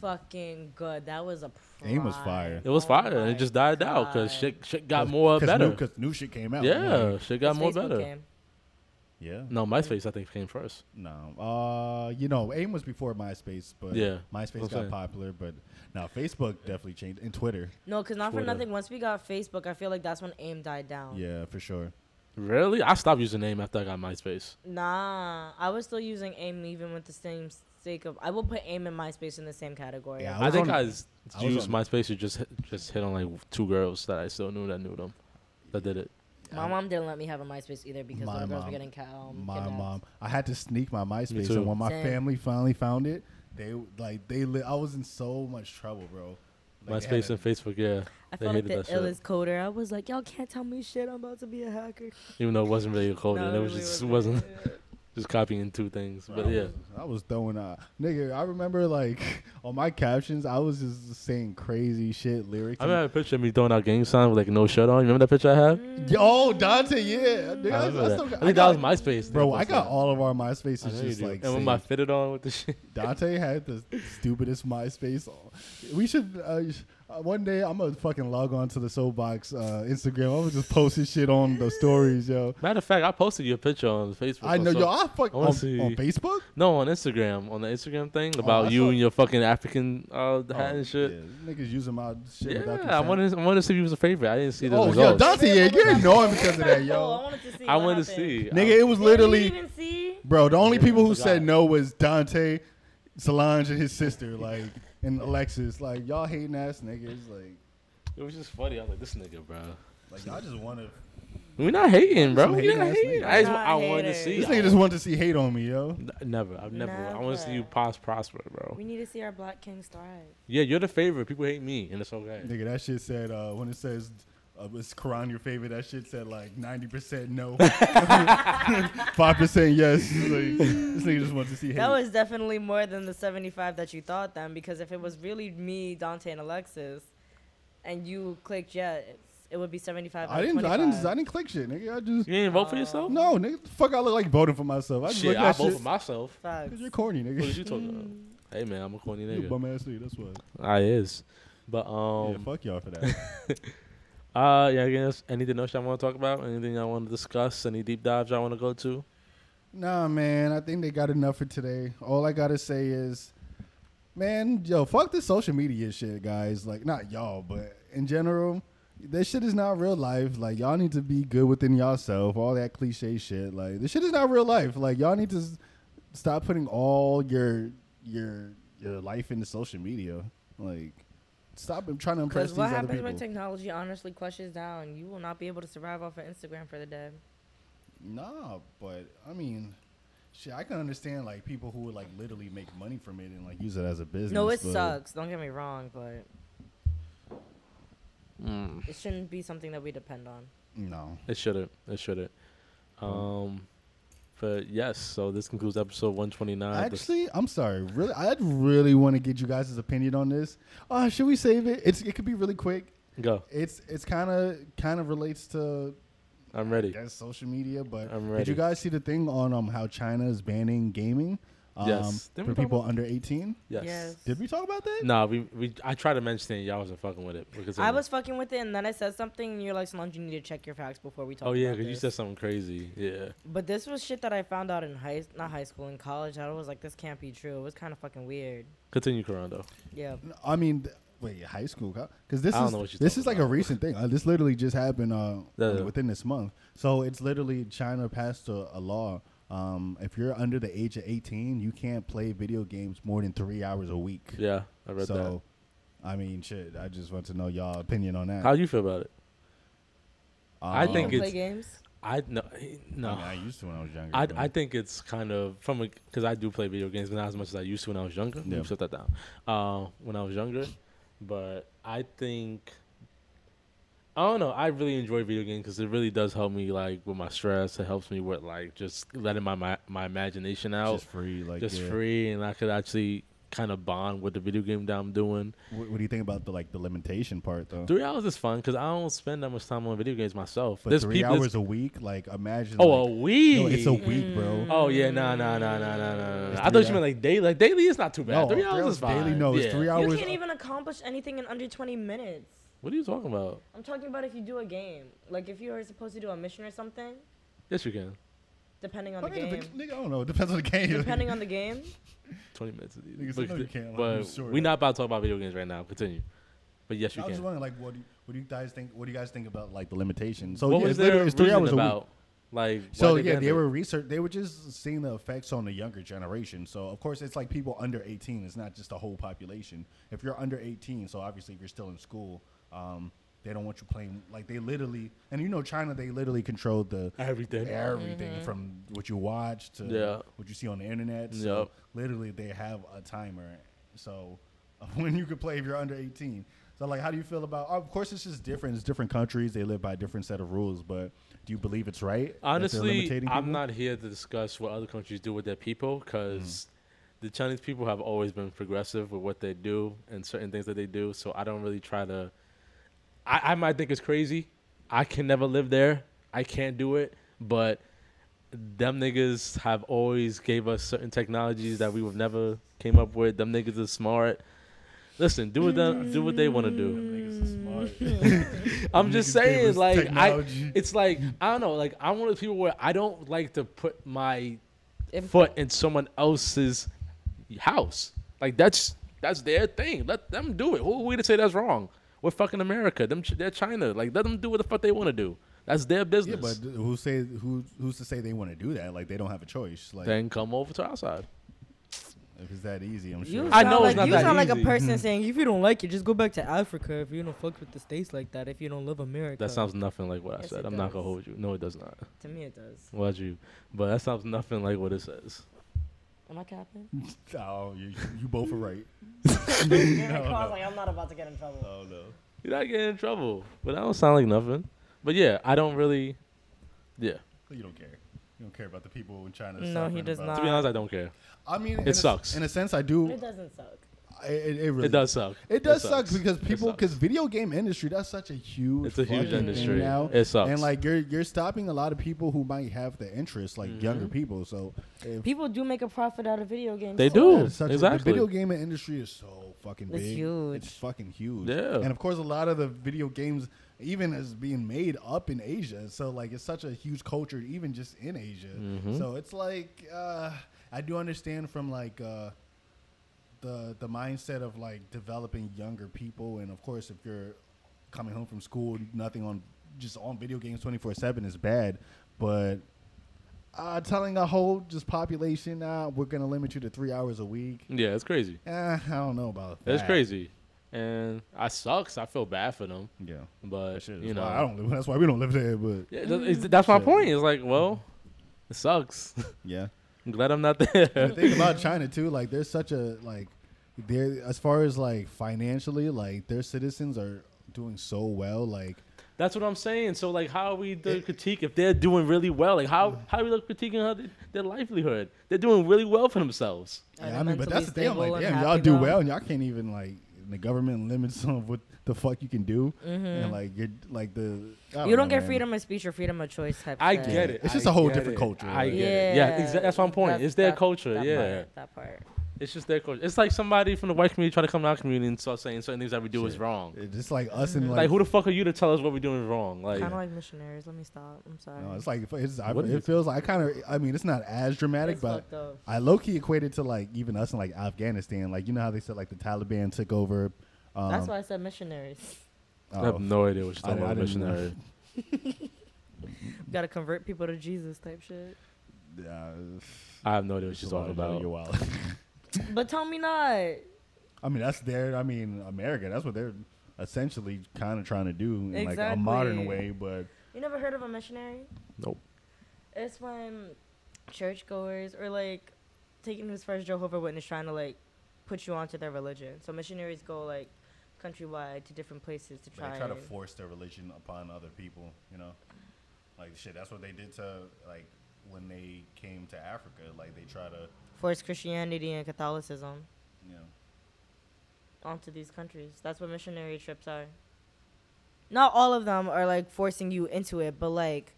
fucking good. That was a prime. AIM was fire. It was fire, and my it just died out because God. shit shit got more better. because new, shit came out. yeah, Like, shit got 'Cause more Facebook better. came. yeah. No, MySpace I think came first. No, uh, you know, AIM was before MySpace, but Yeah, MySpace I'm got saying. popular. But now Facebook definitely changed, and Twitter, No, because not for Twitter. nothing. Once we got Facebook, I feel like that's when AIM died down. yeah, for sure. Really, I stopped using AIM after I got MySpace. Nah, I was still using AIM even with the same sake of. I will put AIM and MySpace in the same category. Yeah, I, was think on- I, I was used on- MySpace to just hit, just hit on like two girls that I still knew that knew them that did it. my mom didn't let me have a MySpace either because My the girls mom- were getting cat. Um, my kidnapped. mom, I had to sneak my MySpace, too. and when my Same. family finally found it, they like they li- I was in so much trouble, bro. Like, they had MySpace a- and Facebook, yeah, I felt they like hated the that shit. illest coder. I was like, y'all can't tell me shit. I'm about to be a hacker. Even though it wasn't really a COVID, No, and it was really just wasn't. wasn't just copying two things. But yeah, I was throwing out, nigga. I remember like on my captions, I was just saying crazy shit lyrics. I remember a picture of me throwing out gang sign with like no shirt on. You remember that picture I had? Yo, oh, Dante, yeah, nigga, I, I, remember I that. still I got- think I that got- was MySpace. Bro, that I posted got that. all of our I MySpaces know you just do. like and with my saved. fitted on with the shit. Dante had the stupidest MySpace. We should uh, you sh- uh, one day I'm gonna fucking log on to the Soapbox uh, Instagram. I'm gonna just post his shit on the stories, yo. Matter of fact, I posted your picture on Facebook. I know, so- yo. I fuck I on, wanna see. on Facebook. No, on Instagram, on the Instagram thing Oh, about I you saw- and your fucking African uh, hat Oh, and shit. yeah, niggas using my shit. Yeah, without I consent. wanted I wanted to see if he was a favorite. I didn't see the Oh, yo, results. Dante, yeah, get annoying because of that, Oh, I yo. wanted to see. I what wanted to happened. see. Nigga, it was Did you literally, even see? bro. The only people who forgot. said no was Dante, Solange, and his sister, like, and Alexis. Like, y'all hating ass niggas, like, It was just funny. I was like, this nigga, bro. like y'all just want to. We're not hating, bro. Some We're not hating-ass hating. niggas. I just Not I wanted to haters. see. This nigga just wanted to see hate on me, yo. N- Never. I've never. I want to see you Never. pos prosper, bro. We need to see our Black Kings thrive. Yeah, you're the favorite. People hate me, and it's okay. Nigga, that shit said uh, when it says uh, it's Quran your favorite. That shit said like ninety percent no, five percent yes. It's like, this nigga just wants to see hate. That was definitely more than the 75 that you thought then, because if it was really me, Dante, and Alexis, and you clicked yes, it would be 75. I didn't, I didn't, I didn't click shit, nigga. I just You didn't vote for yourself? no, nigga. The fuck, I look like voting for myself. I just Shit, look I at vote shit. for myself. Cause Facts. you're corny, What did nigga. you talking about? Hey man, I'm a corny You nigga. bum ass nigga. That's what. I is, but Yeah, um, fuck y'all for that. uh, yeah. I guess anything else y'all want to talk about? Anything y'all want to discuss? Any deep dives y'all want to go to? nah, man. I think they got enough for today. All I gotta say is, man, yo, fuck this social media shit, guys. Like, not y'all, but in general, this shit is not real life. Like, y'all need to be good within yourself. All that cliche shit. Like, this shit is not real life. Like, y'all need to s- stop putting all your your your life into social media. Like, stop trying to impress Because these what other happens people. when technology honestly crushes down? You will not be able to survive off of Instagram for the day. Nah, but I mean, shit, I can understand like people who would like literally make money from it and like use it as a business. No, it but- sucks. Don't get me wrong, but Mm. it shouldn't be something that we depend on. No, It shouldn't. It shouldn't. Um, but yes. So this concludes episode 129. actually, I'm sorry. Really, I'd really want to get you guys' opinion on this. Uh, should we save it? It's it could be really quick. go. It's it's kind of kind of relates to I'm ready. I guess, social media, but I'm did ready. you guys see the thing on um how China is banning gaming? Um, Yes. Didn't we for talk people under 18. Yes. Did we talk about that? Nah, we we I tried to mention it. Y'all wasn't fucking with it because I of- was fucking with it, and then I said something, and you're like, Solange, you need to check your facts before we talk Oh yeah, about because you this." said something crazy. Yeah. But this was shit that I found out in high, not high school, in college. I was like, this can't be true. It was kind of fucking weird. Continue, Corando. Yeah. I mean, th- wait, high school? Because this I don't is know what you're this talking is like about. a recent thing. Uh, this literally just happened uh, Yeah, yeah. within this month. So it's literally China passed a, a law. Um, if you're under the age of 18, you can't play video games more than three hours a week. Yeah, I read so I mean, shit. I just want to know y'all opinion on that. How you feel about it? I Um, think play it's. games? I no eh, no. I, mean, I used to when I was younger. I, but- I think it's kind of from because I do play video games, but not as much as I used to when I was younger. Yeah. Yeah. Shut that down. Uh, when I was younger, but I think I don't know. I really enjoy video games because it really does help me like with my stress. It helps me with like just letting my my, my imagination out, just free, like just yeah. free, and I could actually kind of bond with the video game that I'm doing. What, what do you think about the like the limitation part though? Three hours is fun because I don't spend that much time on video games myself. but There's three people- hours a week, like imagine. Oh, like, a week. No, it's a week, bro. Oh yeah, nah, nah, nah, nah, nah, nah. nah. It's I three thought you meant like daily. Like daily is not too bad. No, three hours is fine. daily. No, it's Yeah. three You hours. can't even accomplish anything in under 20 minutes. What are you talking about? I'm talking about if you do a game. Like if you are supposed to do a mission or something, Yes, you can. depending on I the mean, game. if it- nigga, I don't know. It depends on the game. Depending on the game, Twenty minutes. is easy. Niggas, I But, know you can, like, I'm but sure we're that- not about to talk about video games right now. Continue. But yes, you I was just can. wondering, like, what do you, what do you guys think? What do you guys think about like the limitations? So What Oh, yeah, was it's literally- their it's three reason hours a week. about? Like why So they yeah, banned they it? were research. They were just seeing the effects on the younger generation. So of course, it's like people under eighteen. It's not just the whole population. If you're under eighteen, so obviously if you're still in school, um, they don't want you playing. Like they literally, and you know, China, they literally control the Everything. everything Mm-hmm. from what you watch to Yeah. what you see on the internet. So Yep. literally, they have a timer. So when you could play if you're under eighteen. So like, how do you feel about? Of course, it's just different. It's different countries. They live by a different set of rules, but. Do you believe it's right? that they're Honestly, limiting I'm people? not here to discuss what other countries do with their people Mm. because the Chinese people have always been progressive with what they do and certain things that they do. So I don't really try to. I, I might think it's crazy. I can never live there. I can't do it. But them niggas have always gave us certain technologies that we would never came up with. Them niggas are smart. Listen, do what them, do what they want to do. Mm. I'm just saying, like, I, technology. it's like I don't know, like I'm one of those people where I don't like to put my Input. foot in someone else's house. Like that's that's their thing. Let them do it. Who are we to say that's wrong? We're fucking America. Them, Ch- they're China. Like let them do what the fuck they want to do. That's their Yeah, business. but who say who who's to say they want to do that? Like they don't have a choice. Like then come over to our side. if it's that easy, I'm you sure. sound I know like, it's not you that sound like easy. a person saying, if you don't like it, just go back to Africa. If you don't fuck with the states like that, if you don't love America. That sounds nothing like what I Yes, said. it I'm not does. gonna hold you. No, it does not. To me, it does. What you? But that sounds nothing like what it says. Am I capping? oh, you, you both are right. like, I'm not about to get in trouble. Oh no. You're not getting in trouble. But that don't sound like nothing. But yeah, I don't really. Yeah. You don't care. You don't care about the people in China. No, suffering he does about- not. To be honest, I don't care. I mean, in It sucks. A, in a sense, I do. It doesn't suck. I- It, it, really It does suck. It does suck sucks. because It people sucks. because video game industry that's such a huge It's a huge fucking thing industry. now It sucks. and like you're you're stopping a lot of people who might have the interest like Mm-hmm. younger people so if People do make a profit out of video games. They too. do. Yeah, it's such a- exactly. the video game industry is so fucking It's big. huge. It's fucking huge. Yeah. And of course, a lot of the video games even is being made up in Asia. So like, it's such a huge culture, even just in Asia. Mm-hmm. So it's like uh, I do understand from like. Uh, the, the mindset of like developing younger people and of course if you're coming home from school nothing on just on video games 24-7 is bad but uh, telling a whole just population uh, we're gonna limit you to three hours a week yeah, it's crazy. Eh, I don't know about that. It's crazy. And I sucks. I feel bad for them. Yeah, But, Shit, you that's know. why I don't live. That's why we don't live there. But Yeah, that- it's- that's my point. It's like, well, it sucks. yeah, I'm glad I'm not there. the thing about China too, like there's such a like, there as far as like financially, like their citizens are doing so well. Like That's what I'm saying. So, like, how are we to critique if they're doing really well? Like, how, how are we critiquing how they, their livelihood? They're doing really well for themselves. Are yeah, they I mean, but mentally that's the thing. I'm stable like, damn, and happy, y'all do though? well, and y'all can't even like the government limits some of what the fuck you can do, and like you're like the I Mm-hmm. You don't know, get man. freedom of speech or freedom of choice type. I shit. get it. It's just a a whole different culture, I like- get it. Yeah, exa- that's my point. That- it's their that- culture. that yeah. part, that part. It's just their culture. It's like somebody from the white community trying to come to our community and start saying certain things that we do is wrong. It's just like us Mm-hmm. and Like, like who the fuck are you to tell us what we're doing wrong? Like, Kind of like missionaries. Let me stop. I'm sorry. No, it's like it's, I, What is it it? feels like I kind of. I mean, it's not as dramatic, It's but fucked up. I low key equated to like even us in like Afghanistan. Like you know how they said like the Taliban took over. Um, that's why I said missionaries. I have no idea what you're I- talking I about, didn't know. missionary. Gotta convert people to Jesus type shit. Uh, I have no idea what you're talking about. Your wallet. But tell me not. I mean, that's their. I mean, America. That's what they're essentially kind of trying to do in like a modern way. Exactly. But You never heard of a missionary? Nope. It's when churchgoers or like taking his first Jehovah Witness trying to like put you onto their religion. So missionaries go like countrywide to different places to try. they try to and- force their religion upon other people. You know, like shit. That's what they did to like when they came to Africa. Like they try to, force Christianity and Catholicism you know. onto these countries. That's what missionary trips are. Not all of them are like forcing you into it, but like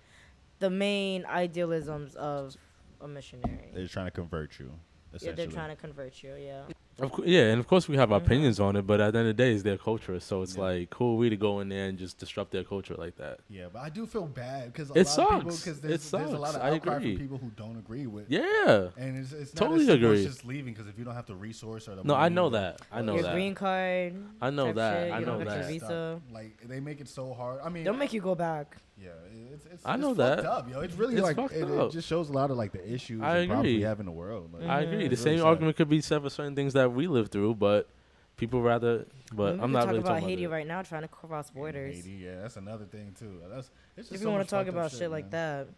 the main idealisms of a missionary. They're trying to convert you. Yeah, Essentially. they're trying to convert you. Yeah. Of cou- yeah, and of course we have our opinions on it, but at the end of the day, it's their culture. So it's like, who are we to go in there and just disrupt their culture like that? Yeah, but I do feel bad because a It lot of people sucks. because It there's, there's a lot of sucks. I outcry agree. from people who don't agree with. Yeah. and it's, it's totally Totally not as agree. agree. Just leaving because if you don't have the resource or the No, I money know or the- that. I know your that. green card. I know type that. shit, I you don't know get your that. visa. Like they make it so hard. I mean, Don't make you go back. Yeah, it's, it's I it's know fucked that. Up, yo. It's really It's like fucked it, up. it just shows a lot of like the issues I and problems we agree. have in the world. Mm-hmm. Like, I agree. it's The really same sad. argument could be said for certain things that we live through, but people rather. But we could I'm not Mm-hmm. talk really about talking Haiti about right now, trying to cross borders. Haiti, yeah, that's another thing too. That's it's just If so you want much to talk fucked up about shit, like man. that,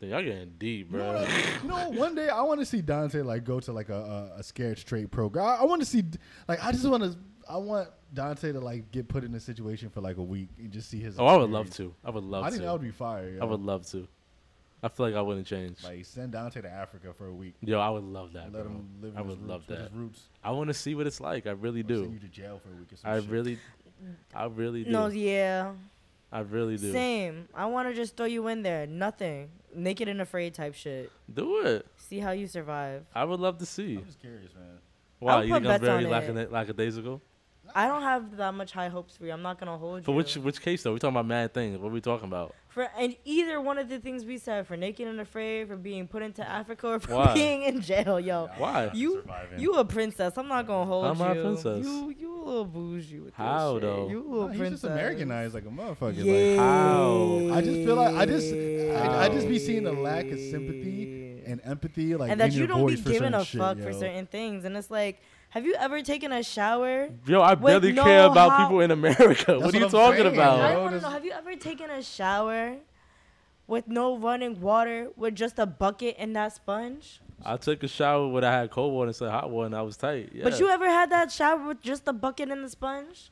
that. Y'all getting deep, You know, bro. what? You know, one day I want to see Dante like go to like a, a, a scared straight program. I, I want to see like I just want to I want Dante to like get put in a situation for like a week and just see his. Oh, I would love experience. to. I would I love think to. that would be fire. yo. I would love to. I feel like I wouldn't change. like send Dante to Africa for a week. Yo, I would love that, Let bro. him live. In I his would roots, love with that. His roots. I want to see what it's like. I really Or Send do. you to jail for a week or some I shit. really, I really do. no, yeah, I really do. same. I want to just throw you in there, nothing, naked and afraid type shit. Do it. See how you survive. I would love to see. I'm just curious, man. Wow, would you put think I'm bets on very it. lackada- lackadaisical? I don't have that much high hopes for you. I'm not gonna hold For you. which which case though? We're talking about mad things. What are we talking about? For and either one of the things we said, for naked and afraid, for being put into Africa, or for Why? being in jail, yo. Why? You surviving. you a princess. I'm not gonna hold I'm you. not a princess. You you a little bougie with How, this shit. though? You a No, little he's princess. just Americanized like a motherfucker. Yeah. How? Like I just feel like I just I, I just be seeing a lack of sympathy and empathy, like and that in you your don't be voice for giving certain a shit, fuck yo. for certain things. And it's like, have you ever taken a shower? Yo, I With barely no care about how- people in America. What what are you I'm talking saying, about? I yo. want to this- know, have you ever taken a shower with no running water, with just a bucket and that sponge? I took a shower when I had cold water instead of hot water, and I was tight. Yeah. But you ever had that shower with just a bucket and the sponge?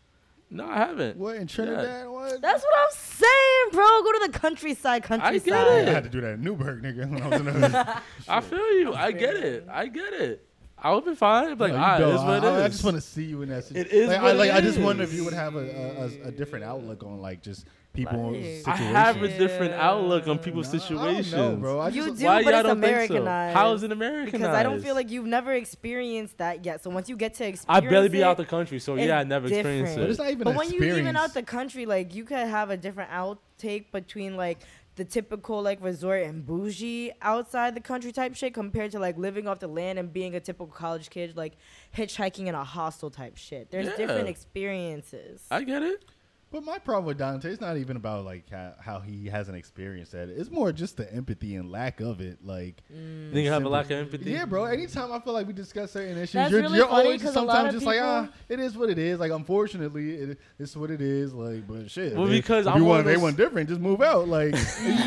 no, I haven't. What in Trinidad? What? That's what I'm saying, bro. Go to the countryside, I countryside. get I it. had to do that in Newburgh, nigga. When I was in the I feel you. I get it. I get it. I would be fine. I'd be like, No, you ah, don't. it's what it I, I is. just want to see you in that situation. It is Like, I, what it like, I just wonder if is. you would have a, a, a, a different outlook on like just people Like- situations. I have a different outlook on people's situations. I don't know, bro. I You just, do, Why but y'all it's don't think so? Americanized. How is it Americanized? Because I don't feel like you've never experienced that yet. So once you get to I experience, barely be it, out the country, so it's yeah, I never experienced different. it. But it's not even But when you even experience. out the country, like you could have a different outtake between like the typical like resort and bougie outside the country type shit compared to like living off the land and being a typical college kid like hitchhiking in a hostel type shit. There's Yeah. different experiences. I get it. But my problem with Dante is not even about like how, how he hasn't experienced that. It's more just the empathy and lack of it. Like, You think I have a lack of empathy? Mm, yeah, bro. Anytime I feel like we discuss certain issues, Mm-hmm. That's you're, really you're funny always 'cause just a lot sometimes of just like, people- ah, it is what it is. Like, unfortunately, it, it's what it is. Like, but shit. Well, if- because if I'm you one want of they those- want different, just move out. Like,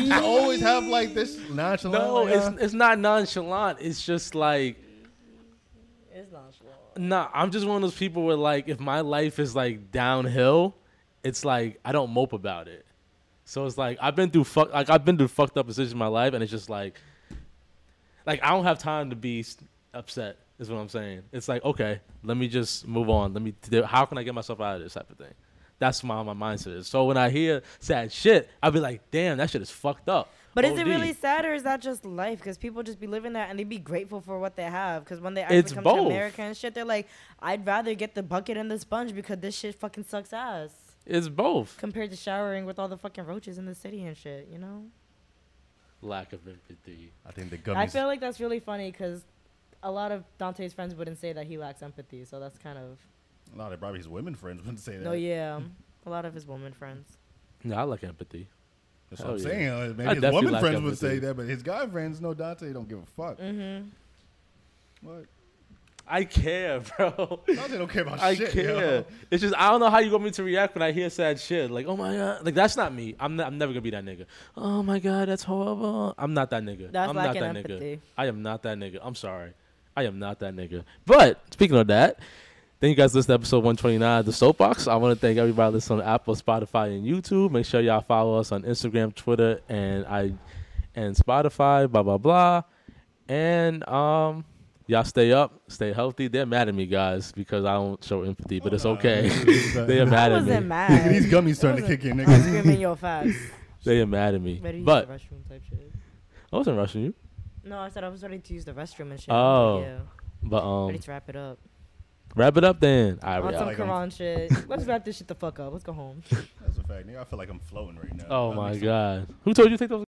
you always have like this nonchalant. No, like, ah. it's it's not nonchalant. It's just like It's nonchalant. Nah, I'm just one of those people where like if my life is like downhill, it's like I don't mope about it. So it's like I've been through fuck like I've been through fucked up decisions in my life, and it's just like, like I don't have time to be s- upset. Is what I'm saying. It's like okay, let me just move on. Let me. th- How can I get myself out of this type of thing? That's my my mindset is. So when I hear sad shit, I'll be like, damn, that shit is fucked up. But is it OD. really sad or is that just life? Because people just be living that and they be grateful for what they have. Because when they actually It's come to both. America and shit, they're like, I'd rather get the bucket and the sponge because this shit fucking sucks ass It's both compared to showering with all the fucking roaches in the city and shit. You know? lack of empathy. I think the I gummies. feel like that's really funny because a lot of Dante's friends wouldn't say that he lacks empathy. So that's kind of a lot of probably his women friends wouldn't say that. no, yeah, a lot of his woman friends. No, I like empathy. That's what I'm Hell yeah. saying. Like, I Maybe his definitely woman lack friends would empathy. say that, but his guy friends, no, Dante don't give a fuck. Mm-hmm. What? I care, bro. I don't care about I shit, care. yo. It's just I don't know how you want me to react when I hear sad shit. Like, oh my god, like that's not me. I'm not, I'm never gonna be that nigga. Oh my god, that's horrible. I'm not that nigga. That's I'm not lacking that nigga. empathy. I am not that nigga. I'm sorry. I am not that nigga. But speaking of that, thank you guys for listening to episode 129 of The Soapbox. I want to thank everybody listening on Apple, Spotify, and YouTube. Make sure y'all follow us on Instagram, Twitter, and I and Spotify, blah, blah, blah. And um, y'all stay up, stay healthy. They're mad at me, guys, because I don't show empathy, but it's okay. they are I mad at wasn't me. mad. These I gummies starting to wasn't kick in, nigga. Screaming your facts. They are mad at me. Better use But the restroom type shit. I wasn't rushing you. No, I said I was ready to use the restroom and shit. Oh. yeah. But um, Ready to wrap it up. wrap it up then. All On right. some y'all. Quran shit. Let's wrap this shit the fuck up. Let's go home. That's a fact, nigga. I feel like I'm flowing right now. Oh That my makes God. Who told you to take those?